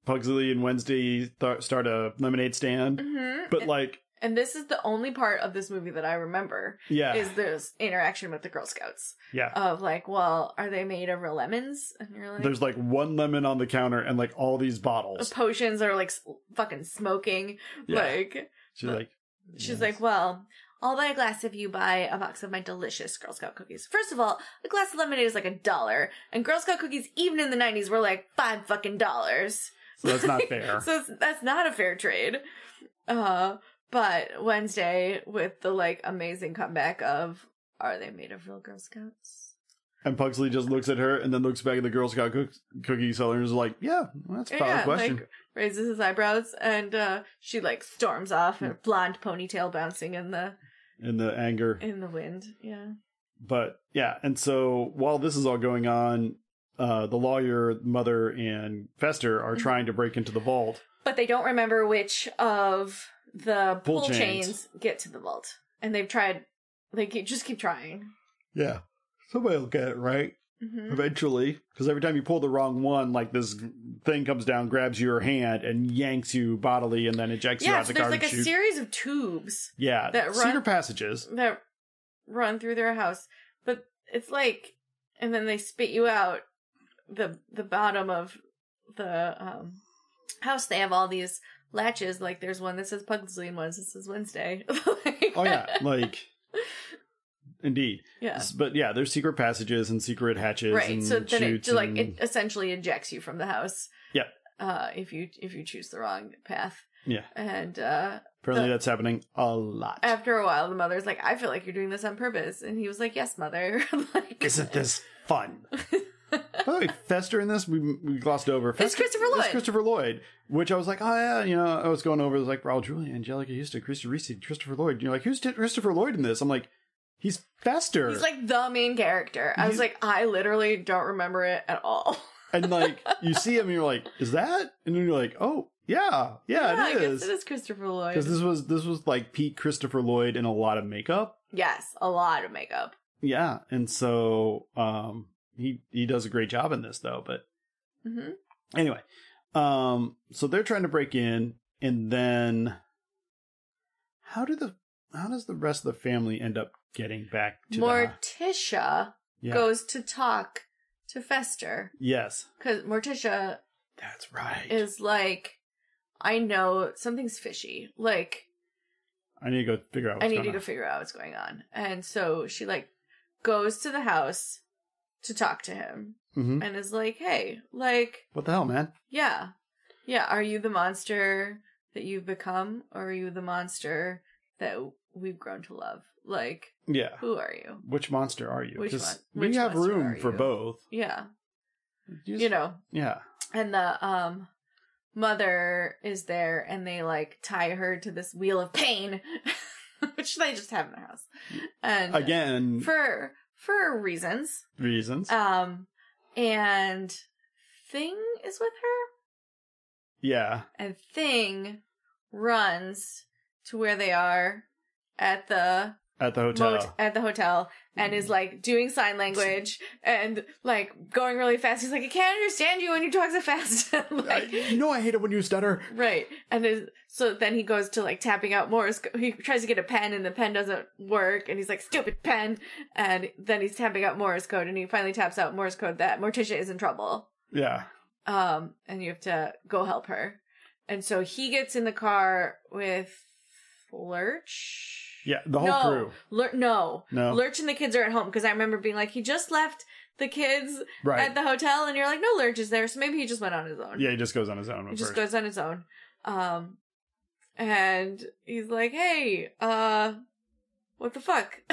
S1: Pugsley and Wednesday th- start a lemonade stand,
S2: hmm
S1: but
S2: and,
S1: like,
S2: and this is the only part of this movie that I remember
S1: yeah,
S2: is this interaction with the Girl Scouts.
S1: yeah.
S2: of like, well, are they made of real lemons? And you're like,
S1: There's like one lemon on the counter and like all these
S2: the
S1: bottles.
S2: potions are like s- fucking smoking.
S1: Yeah.
S2: Like,
S1: She's like,
S2: she's
S1: yes.
S2: like, well, I'll buy a glass if you buy a box of my delicious Girl Scout cookies. First of all, a glass of lemonade is like a dollar, and Girl Scout cookies, even in the '90s, were like five fucking dollars.
S1: so
S2: <laughs>
S1: that's not fair.
S2: so it's, that's not a fair trade. Uh, but Wednesday with the like amazing comeback of, are they made of real Girl Scouts?
S1: And Pugsley just looks at her and then looks back at the Girl Scout cook- cookie seller and is like, "Yeah, well, that's a valid question."
S2: like raises his eyebrows and uh she like storms off her blonde ponytail bouncing in the
S1: in the anger,
S2: in the wind. Yeah.
S1: but yeah. And so while this is all going on, uh, the lawyer, mother, and Fester are
S2: Mhm.
S1: trying to break into the vault.
S2: But they don't remember which of the
S1: Pull
S2: pull,
S1: chains.
S2: chains. get to the vault. And they've tried they keep, just keep trying.
S1: Yeah, somebody will get it right
S2: hmm
S1: eventually. Because every time you pull the wrong one, like this thing comes down, grabs your hand, and yanks you bodily, and then ejects you
S2: Yeah,
S1: out
S2: so
S1: the car
S2: there's like
S1: and
S2: a
S1: shoot.
S2: series of tubes
S1: yeah,
S2: that run- <laughs>
S1: secret passages.
S2: that run through their house. But it's like and then they spit you out the the bottom of the um house they have all these latches like there's one that says Pugsley and one that says Wednesday. <laughs> Like-
S1: Oh yeah, like indeed.
S2: <laughs> Yeah.
S1: S- But yeah, there's secret passages and secret hatches.
S2: Right.
S1: and
S2: So then it
S1: chutes
S2: like
S1: and-
S2: it essentially ejects you from the house.
S1: Yep.
S2: uh, if you if you choose the wrong path.
S1: Yeah.
S2: And uh,
S1: Apparently,
S2: The-
S1: that's happening a lot.
S2: after a while, the mother's like, "I feel like you're doing this on purpose," and he was like, "Yes, mother." <laughs> I'm like,
S1: Isn't this
S2: <laughs>
S1: fun? By the way, Fester in this, we, we glossed over.
S2: It's
S1: Fester,
S2: Christopher Lloyd.
S1: It's Christopher Lloyd, which I was like, oh yeah, you know, I was going over, it was like Raul Julia, Angelica Houston, Christopher Reese, Christopher Lloyd. You're like, who's T- Christopher Lloyd in this? I'm like, he's Fester.
S2: He's like the main character. I was
S1: He's-
S2: like, I literally don't remember it at all. <laughs>
S1: and like, you see him, and you're like, is that? And then you're like, oh yeah, yeah,
S2: I
S1: it
S2: guess it
S1: is.
S2: is Christopher Lloyd.
S1: Because this was this was like peak Christopher Lloyd in a lot of makeup.
S2: yes, a lot of makeup.
S1: Yeah, and so um, he he does a great job in this though, but.
S2: hmm
S1: anyway um so they're trying to break in and then how do the how does the rest of the family end up getting back to the,
S2: Morticia
S1: yeah.
S2: goes to talk to Fester
S1: yes
S2: because Morticia
S1: that's right
S2: is like, I know something's fishy. Like,
S1: i need to go figure out what's
S2: I need
S1: going
S2: to go
S1: on.
S2: figure out what's going on. And so she like goes to the house to talk to him
S1: Mhm.
S2: and is like, hey, like,
S1: what the hell man
S2: Yeah. Yeah. Are you the monster that you've become, or are you the monster that we've grown to love? Like,
S1: yeah
S2: who are you?
S1: which monster are you
S2: Which
S1: 'Cause
S2: mon-
S1: we
S2: which
S1: have
S2: monster
S1: room
S2: are
S1: for
S2: you?
S1: both
S2: Yeah.
S1: Just-
S2: You know,
S1: yeah
S2: and the, um, mother is there and they like tie her to this wheel of pain, <laughs> which they just have in their house. And
S1: again
S2: for, for reasons.
S1: reasons
S2: Um, and Thing is with her.
S1: yeah
S2: and Thing runs to where they are at the
S1: at the hotel
S2: mot- at the hotel and is like doing sign language and like going really fast. He's like, I can't understand you when you talk so fast. <laughs> like,
S1: I, you know i hate it when you stutter
S2: right. And is, so then he goes to like tapping out Morse. co- He tries to get a pen and the pen doesn't work. And he's like, stupid pen. And then he's tapping out Morse code and he finally taps out Morse code that Morticia is in trouble
S1: yeah
S2: um and you have to go help her and so he gets in the car with lurch
S1: yeah the whole
S2: No.
S1: crew
S2: Lur- no
S1: no
S2: lurch and the kids are at home because i remember being like he just left the kids
S1: right
S2: at the hotel and you're like no lurch is there so maybe he just went on his own
S1: yeah he just goes on his own
S2: he
S1: at
S2: just
S1: first
S2: goes on his own um and he's like hey uh what the fuck <laughs>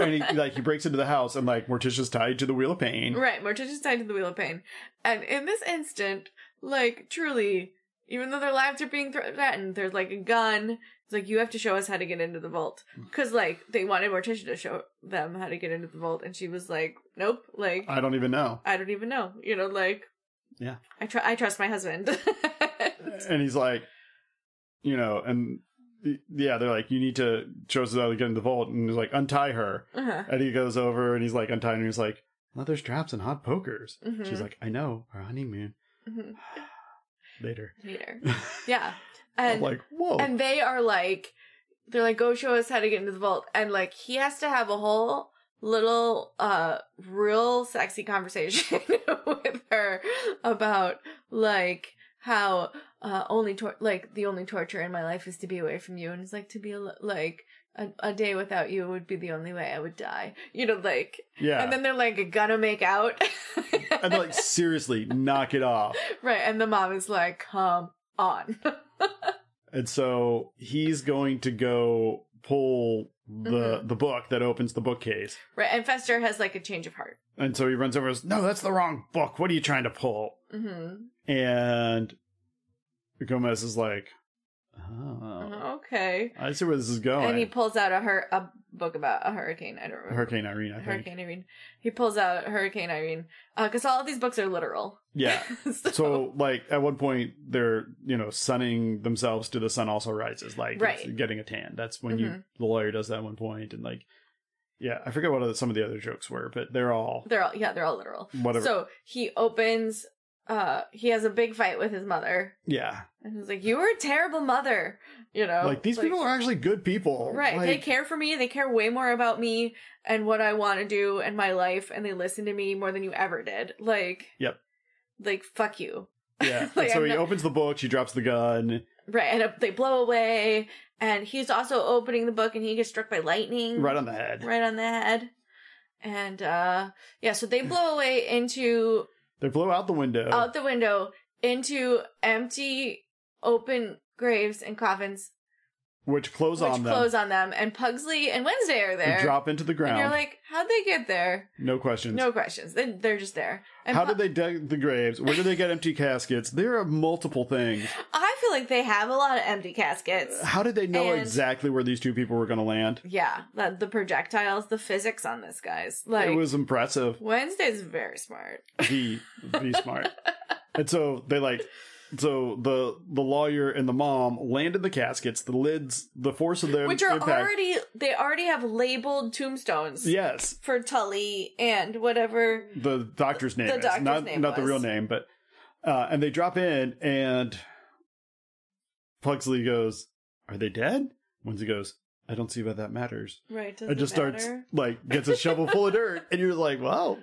S1: and he like he breaks into the house and like Morticia's tied to the wheel of pain.
S2: Right, Morticia's tied to the wheel of pain. And in this instant, like, truly, even though their lives are being thre- threatened, there's like a gun. It's like, you have to show us how to get into the vault.
S1: Mm.
S2: Because, like, they wanted Morticia to show them how to get into the vault, and she was like, nope, like, I,
S1: I don't even know.
S2: don't even know. You know, like,
S1: Yeah.
S2: I, tr- I trust my husband. <laughs>
S1: And he's like, you know, and yeah, they're like, you need to show us how to get in the vault, and he's like, untie her.
S2: uh-huh.
S1: And he goes over and he's like untying her. and He's like, leather straps and hot pokers.
S2: Mhm.
S1: She's like, I know our honeymoon
S2: Mhm.
S1: <sighs> later. <laughs>
S2: Later. Yeah.
S1: I'm
S2: And,
S1: like, whoa,
S2: and they are like they're like go show us how to get into the vault and like he has to have a whole little uh real sexy conversation <laughs> with her about like how uh only tor- like the only torture in my life is to be away from you and it's like to be al- like a, a day without you would be the only way I would die you know like
S1: yeah.
S2: and then they're like gonna make out
S1: <laughs> and they're like, seriously, knock it off.
S2: right and the mom is like come on <laughs>
S1: And so he's going to go pull the
S2: Mm-hmm.
S1: the book that opens the bookcase.
S2: right and Fester has like a change of heart
S1: And so he runs over and goes, No, that's the wrong book. What are you trying to pull?
S2: mhm
S1: And Gomez is like, Oh,
S2: Uh-huh, Okay.
S1: I see where this is going.
S2: and he pulls out a hur- a book about a hurricane. I don't remember.
S1: Hurricane Irene, I think.
S2: Hurricane Irene. He pulls out Hurricane Irene because all of these books are literal.
S1: Yeah.
S2: <laughs> so,
S1: So, like, at one point, they're, you know, sunning themselves to the sun also rises, like,
S2: Right.
S1: it's getting a tan. That's when you,
S2: Mhm.
S1: the lawyer does that at one point, And, like, yeah, I forget what other, some of the other jokes were, but they're all,
S2: they're all yeah they're all literal.
S1: whatever.
S2: So he opens. Uh, he has a big fight with his mother,
S1: yeah.
S2: and he's like, "You were a terrible mother," you know.
S1: like, these people are actually good people.
S2: right.
S1: Like,
S2: they care for me. They care way more about me and what I want to do and my life, and they listen to me more than you ever did. Like,
S1: Yep.
S2: Like, fuck you.
S1: Yeah.
S2: <laughs> Like,
S1: and so
S2: I'm
S1: he
S2: not-
S1: opens the book, she drops the gun.
S2: Right, and uh, they blow away, and he's also opening the book, and he gets struck by lightning
S1: Right on the head.
S2: right on the head.
S1: <clears throat>
S2: And uh yeah, so they blow away into
S1: They blow out the window.
S2: Oh, out the window into empty, open graves and coffins,
S1: which close
S2: which
S1: on them
S2: close on them, and Pugsley and Wednesday are
S1: and
S2: there.
S1: drop into the
S2: and
S1: ground.
S2: you're like, how'd they get there?
S1: no questions.
S2: No questions. They, they're just there. And
S1: How
S2: Pu-
S1: did they dig the graves? Where did they get empty caskets? There are multiple things.
S2: I feel like they have a lot of empty
S1: <sighs>
S2: caskets.
S1: How did they know
S2: And-
S1: exactly where these two people were going to land?
S2: Yeah, the, the projectiles, the physics on this, guys. Like
S1: it was impressive.
S2: Wednesday's very smart.
S1: Be be
S2: <laughs>
S1: smart. And so they like so the the lawyer and the mom landed the caskets. The lids, the force of their
S2: Which are
S1: impact.
S2: already they already have labeled tombstones
S1: yes,
S2: for Tully and whatever.
S1: the doctor's name.
S2: The
S1: is.
S2: doctor's
S1: not
S2: name
S1: not the
S2: was.
S1: real name, but uh, and they drop in and Pugsley goes, "Are they dead?" Wednesday goes, "I don't see why that matters."
S2: Right.
S1: It just starts like gets a shovel full of dirt, and you're like, "Wow,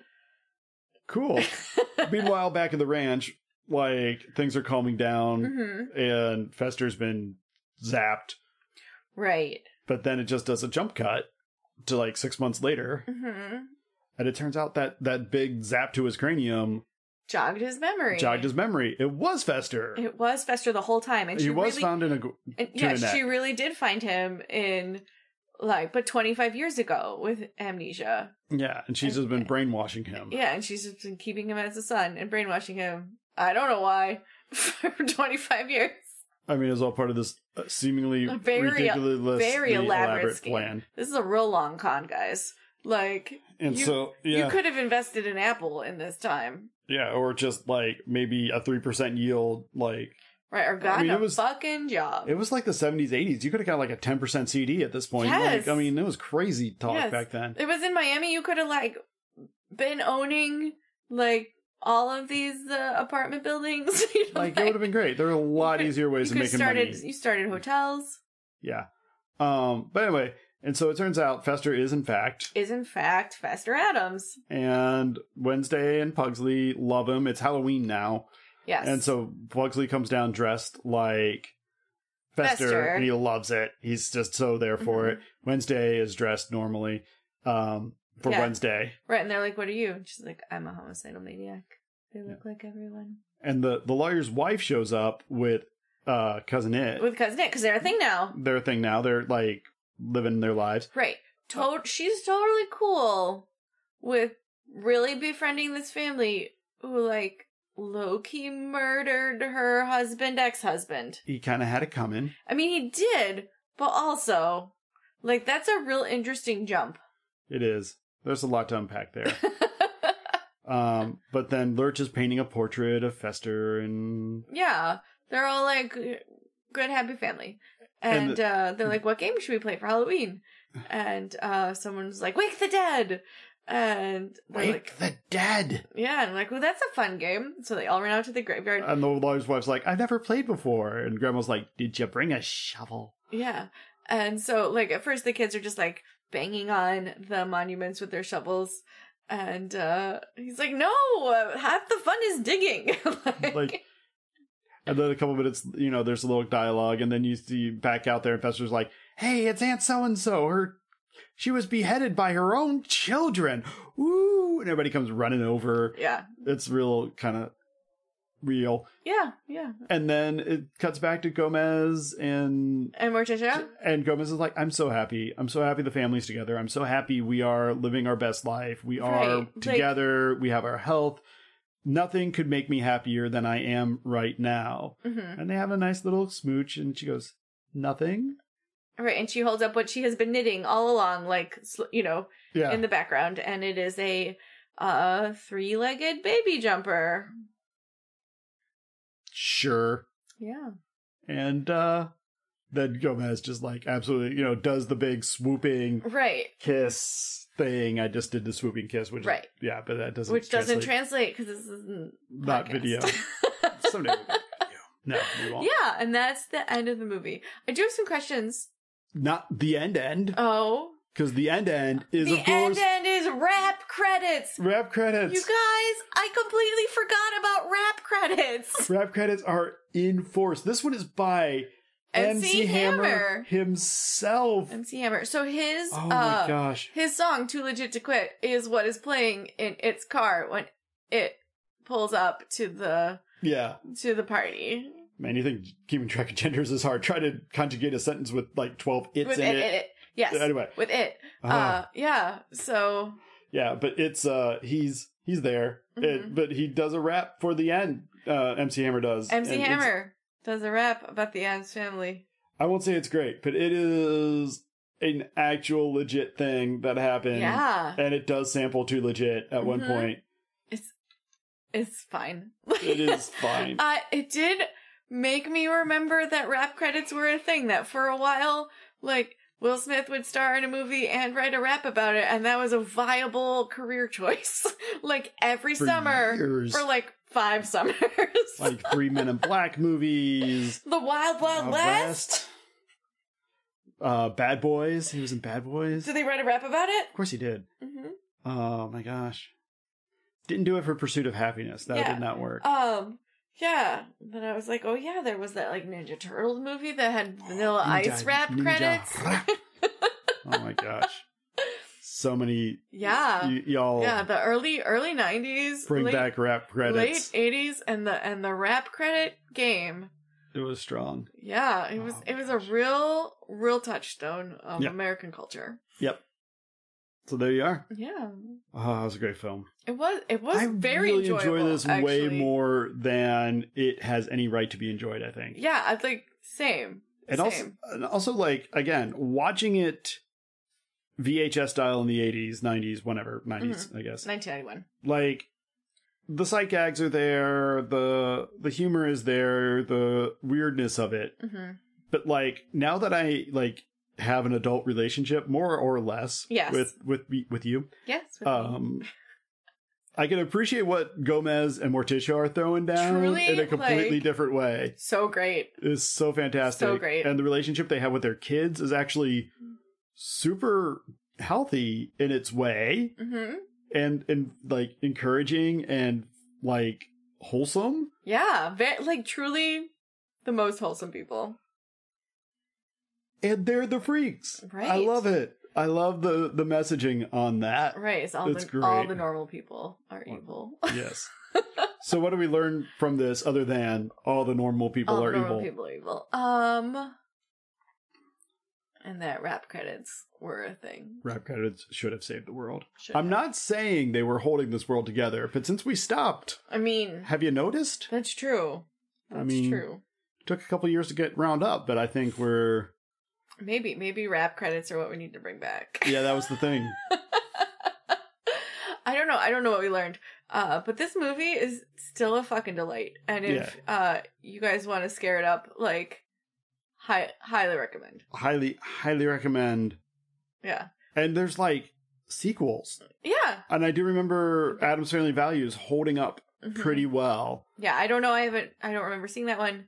S2: <laughs>
S1: cool." Meanwhile, back at the ranch, like things are calming down,
S2: hmm
S1: and Fester's been zapped,
S2: Right.
S1: but then it just does a jump cut to like six months later,
S2: hmm
S1: and it turns out that that big zap to his cranium
S2: Jogged his memory.
S1: jogged his memory. It was Fester.
S2: It was Fester the whole time, and she
S1: he was
S2: really,
S1: found in a. gu-
S2: and,
S1: doing
S2: yeah,
S1: that.
S2: she really did find him in like, but 25 years ago with amnesia.
S1: Yeah, and she's just been brainwashing him.
S2: Yeah, and she's just been keeping him as a son and brainwashing him. I don't know why <laughs> for 25 years.
S1: I mean, it was all part of this uh, seemingly
S2: A very-
S1: ridiculous,
S2: very elaborate scheme.
S1: plan.
S2: This is a real long con, guys. Like
S1: And
S2: You-
S1: so, yeah,
S2: you could have invested in Apple in this time,
S1: yeah, or just like maybe a three percent yield. Like
S2: right? Or gotten
S1: mean, it
S2: a
S1: was-
S2: fucking job.
S1: it was like the seventies, eighties. You could have got like a ten percent CD at this point.
S2: Yes.
S1: Like, I mean, it was crazy talk
S2: Yes. <laughs>
S1: back then.
S2: It was in Miami. You could have like been owning like all of these uh, apartment buildings. <laughs> you know,
S1: Like it would have been great. There are a lot
S2: could-
S1: easier ways
S2: you
S1: of
S2: could
S1: making
S2: started,
S1: money.
S2: You started hotels.
S1: Yeah. Um. But anyway, and so it turns out Fester is in fact
S2: Is in fact Fester Adams.
S1: and Wednesday and Pugsley love him. It's Halloween now.
S2: Yes.
S1: And so Pugsley comes down dressed like Fester,
S2: Fester.
S1: and he loves it. He's just so there for
S2: Mhm.
S1: it. Wednesday is dressed normally um, for
S2: Yeah.
S1: Wednesday.
S2: right, and they're like, "What are you?" And she's like, "I'm a homicidal maniac. They look like everyone."
S1: And the, the lawyer's wife shows up with uh, Cousin It.
S2: with cousin Nick because they're a thing now.
S1: their thing now. They're like living their lives.
S2: Right.
S1: Uh,
S2: To- she's totally cool with really befriending this family who like low key murdered her husband, ex husband.
S1: He kind of had it coming.
S2: I mean, he did, but also like that's a real interesting jump.
S1: It is. There's a lot to
S2: <laughs>
S1: unpack there. um, but then Lurch is painting a portrait of Fester and
S2: yeah, they're all like good, happy family, and,
S1: And the-
S2: uh, they're like, "What game should we play for
S1: <sighs>
S2: Halloween?" And uh, someone's like, "Wake the dead." And they're like,
S1: Wake the dead.
S2: Yeah, and I'm like, well, that's a fun game. So they all ran out to the graveyard.
S1: And the lawyer's wife's like, I've never played before. And grandma's like, Did you bring a shovel?
S2: yeah. And so, like, at first the kids are just like banging on the monuments with their shovels. And uh he's like, no, uh, half the fun is digging. <laughs> like,
S1: Like- And then a couple minutes, you know, there's a little dialogue, and then you see back out there, and Fester's like, Hey, it's Aunt So and so. Her she was beheaded by her own children. Woo! And everybody comes running over.
S2: yeah,
S1: It's real kind of real.
S2: yeah, yeah.
S1: And then it cuts back to Gomez and
S2: And Morticia?
S1: And Gomez is like, I'm so happy. I'm so happy the family's together. I'm so happy we are living our best life. We are
S2: Right, like-
S1: together. we have our health. Nothing could make me happier than I am right now.
S2: Mm-hmm.
S1: And they have a nice little smooch, and she goes, Nothing?
S2: Right, and she holds up what she has been knitting all along, like sl- you know,
S1: Yeah.
S2: in the background, and it is a uh three-legged baby jumper.
S1: sure.
S2: Yeah,
S1: And uh, then Gomez just like, absolutely, you know, does the big swooping
S2: right.
S1: kiss thing. I just did the swooping kiss, which, is-
S2: Right.
S1: yeah, but that doesn't
S2: Which doesn't
S1: translate.
S2: translate because this isn't
S1: Not
S2: podcast.
S1: video. Someday we'll make a video. No, we won't.
S2: <laughs> yeah, and that's the end of the movie. I do have some questions.
S1: Not the end end.
S2: Oh,
S1: Because the end end is
S2: the
S1: of course
S2: end end is rap credits.
S1: rap credits.
S2: You guys, I completely forgot about rap
S1: <laughs>
S2: credits.
S1: rap credits are in force. This one is by
S2: MC Hammer.
S1: himself.
S2: MC Hammer. So his
S1: oh my
S2: uh,
S1: gosh.
S2: his song "Too Legit to Quit" is what is playing in its car when it pulls up to the
S1: Yeah.
S2: to the party.
S1: Man, you think keeping track of genders is hard. Try to conjugate a sentence with like 12 it's
S2: with
S1: in
S2: it,
S1: it.
S2: it, it. Yes.
S1: Anyway.
S2: With it.
S1: Uh,
S2: Uh, yeah. So
S1: yeah, but it's, uh, he's, he's there. It,
S2: Mhm.
S1: but he does a rap for the end. Uh, MC Hammer does.
S2: MC
S1: And it's-
S2: Hammer does a rap about the Adams family.
S1: I won't say it's great, but it is an actual legit thing that happened.
S2: yeah.
S1: And it does sample too legit at one
S2: Mhm.
S1: point.
S2: It's fine. <laughs>
S1: It is fine.
S2: Uh, it did make me remember that rap credits were a thing. That for a while, like Will Smith would star in a movie and write a rap about it, and that was a viable career choice. <laughs> like every
S1: For
S2: summer
S1: years.
S2: for like five summers.
S1: like three men in black movies.
S2: <laughs> the Wild Wild
S1: Uh,
S2: West.
S1: Uh, Bad Boys. He was in Bad Boys.
S2: Did they write a rap about it?
S1: Of course he did.
S2: hmm
S1: Oh my gosh. Didn't do it for Pursuit of Happiness. That
S2: Yeah.
S1: did not work.
S2: Um. Yeah, then I was like, "Oh yeah, there was that like Ninja Turtles movie that had Vanilla
S1: Ninja-
S2: Ice rap
S1: Ninja
S2: credits."
S1: rap. <laughs> oh my gosh. So many.
S2: Yeah,
S1: y- y'all
S2: yeah, the early early nineties,
S1: bring back rap credits.
S2: late eighties, and the and the rap credit game.
S1: It was strong.
S2: Yeah, it was
S1: Oh,
S2: it
S1: my
S2: was a
S1: gosh.
S2: real real touchstone of
S1: Yeah.
S2: American culture.
S1: So there you are.
S2: Yeah,
S1: Oh, that was a great film.
S2: it was it was
S1: I
S2: very
S1: really
S2: enjoyable.
S1: enjoy this way
S2: actually.
S1: more than it has any right to be enjoyed, I think.
S2: Yeah, I'd like same.
S1: and also
S2: Same.
S1: and also like again watching it vhs style in the 80s 90s whenever 90s
S2: Mm-hmm.
S1: i guess
S2: Nineteen ninety one.
S1: like the sight gags are there the the humor is there the weirdness of it
S2: Mm-hmm.
S1: but like now that i like have an adult relationship more or less
S2: Yes.
S1: with with me- with you
S2: Yes. with me.
S1: um i can appreciate what gomez and morticia are throwing down
S2: Truly,
S1: in a completely
S2: like-
S1: different way
S2: so great.
S1: is so fantastic.
S2: So great.
S1: And the relationship they have with their kids is actually super healthy in its way
S2: Mm-hmm.
S1: and and like encouraging and like wholesome.
S2: Yeah, ve- like truly the most wholesome people.
S1: And they're the freaks. I
S2: Right.
S1: love it. I love the the messaging on that.
S2: Right, it's all
S1: That's
S2: the all
S1: great.
S2: the normal people are evil. <laughs>
S1: Yes. so what do we learn from this other than all the normal people
S2: all the
S1: are
S2: normal people
S1: evil?
S2: are evil. Um, and that rap credits were a thing.
S1: Rap credits should have saved the world.
S2: Should
S1: I'm
S2: have.
S1: not saying they were holding this world together, but since we stopped,
S2: I mean,
S1: have you noticed?
S2: that's true.
S1: I
S2: That's
S1: mean-
S2: true.
S1: took a couple years to get round up, but I think we're
S2: Maybe maybe rap credits are what we need to bring back.
S1: yeah, that was the thing.
S2: <laughs> I don't know. I don't know what we learned. Uh, but this movie is still a fucking delight. And if uh, you guys want to scare it up, like, hi- highly recommend.
S1: highly, highly recommend.
S2: Yeah.
S1: And there's like sequels,
S2: Yeah.
S1: and I do remember Adam's Family Values holding up
S2: Mhm.
S1: pretty well.
S2: Yeah. I don't know. I haven't, I don't remember seeing that one.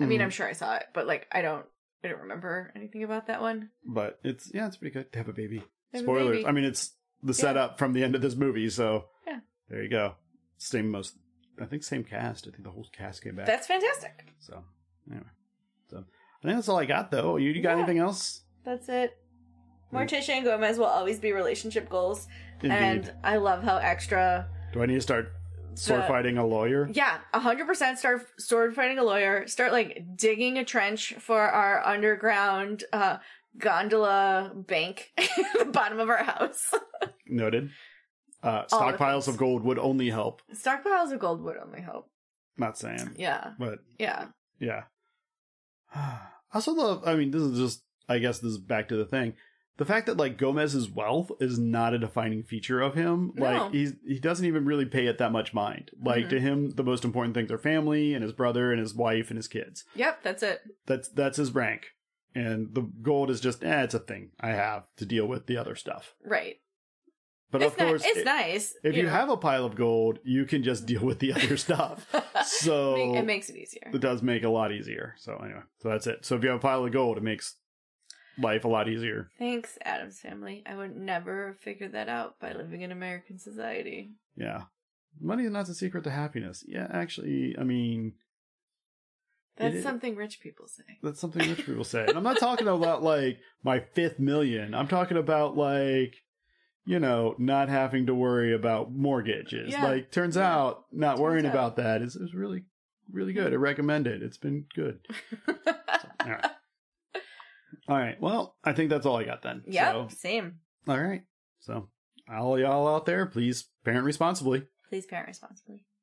S2: I mean,
S1: Mhm.
S2: I'm sure I saw it, but like, I don't, I don't remember anything about that one.
S1: but it's yeah, it's pretty good to have a baby.
S2: They have a
S1: Spoilers.
S2: baby.
S1: I mean, it's the setup from the end of this movie, so
S2: Yeah.
S1: there you go. Same most, I think, same cast. I think the whole cast came back.
S2: That's fantastic.
S1: so anyway, so I think that's all I got though. You, you got
S2: Yeah.
S1: anything else?
S2: That's it.
S1: Mm.
S2: Morticia and Gomez will always be relationship goals.
S1: Indeed.
S2: And I love how extra
S1: do I need to start sword
S2: The-
S1: fighting a lawyer?
S2: Yeah, 100% start sword fighting a lawyer. Start like digging a trench for our underground uh gondola bank <laughs> at the bottom of our house. <laughs>
S1: Noted. Uh,
S2: All the
S1: stockpiles
S2: things.
S1: of gold would only help.
S2: Stockpiles of gold would only help.
S1: Not saying,
S2: Yeah,
S1: but
S2: yeah.
S1: yeah. <sighs> I also love. I mean, this is just. I guess this is back to the thing. The fact that like Gomez's wealth is not a defining feature of him.
S2: No.
S1: Like he's he doesn't even really pay it that much mind. Like
S2: Mhm.
S1: to him, the most important things are family and his brother and his wife and his kids.
S2: Yep, that's it.
S1: That's that's his rank. And the gold is just, eh, it's a thing I have to deal with the other stuff.
S2: Right.
S1: But
S2: it's
S1: of course,
S2: ni- it's
S1: i-
S2: nice.
S1: if you,
S2: know.
S1: have a pile of gold, you can just deal with
S2: <laughs>
S1: the other stuff. So
S2: Make- it makes it easier.
S1: it does make it a lot easier. So anyway, so that's it. So if you have a pile of gold, it makes life a lot easier.
S2: Thanks, Adam's family. I would never have figured that out by living in American society.
S1: Yeah. Money is not the secret to happiness. Yeah, actually, I mean,
S2: That's
S1: is.
S2: something rich people say. <laughs>
S1: that's something rich people say. And I'm not talking about like my fifth million. I'm talking about like, you know, not having to worry about mortgages.
S2: Yeah.
S1: Like, turns
S2: Yeah.
S1: out not
S2: Turns
S1: worrying
S2: out.
S1: about that is, is really really good. I recommend it. It's been good. All
S2: <laughs>
S1: right. All right. Well, I think that's all I got then.
S2: yep,
S1: So,
S2: same.
S1: all right. So, all y'all out there, please parent responsibly.
S2: Please parent responsibly.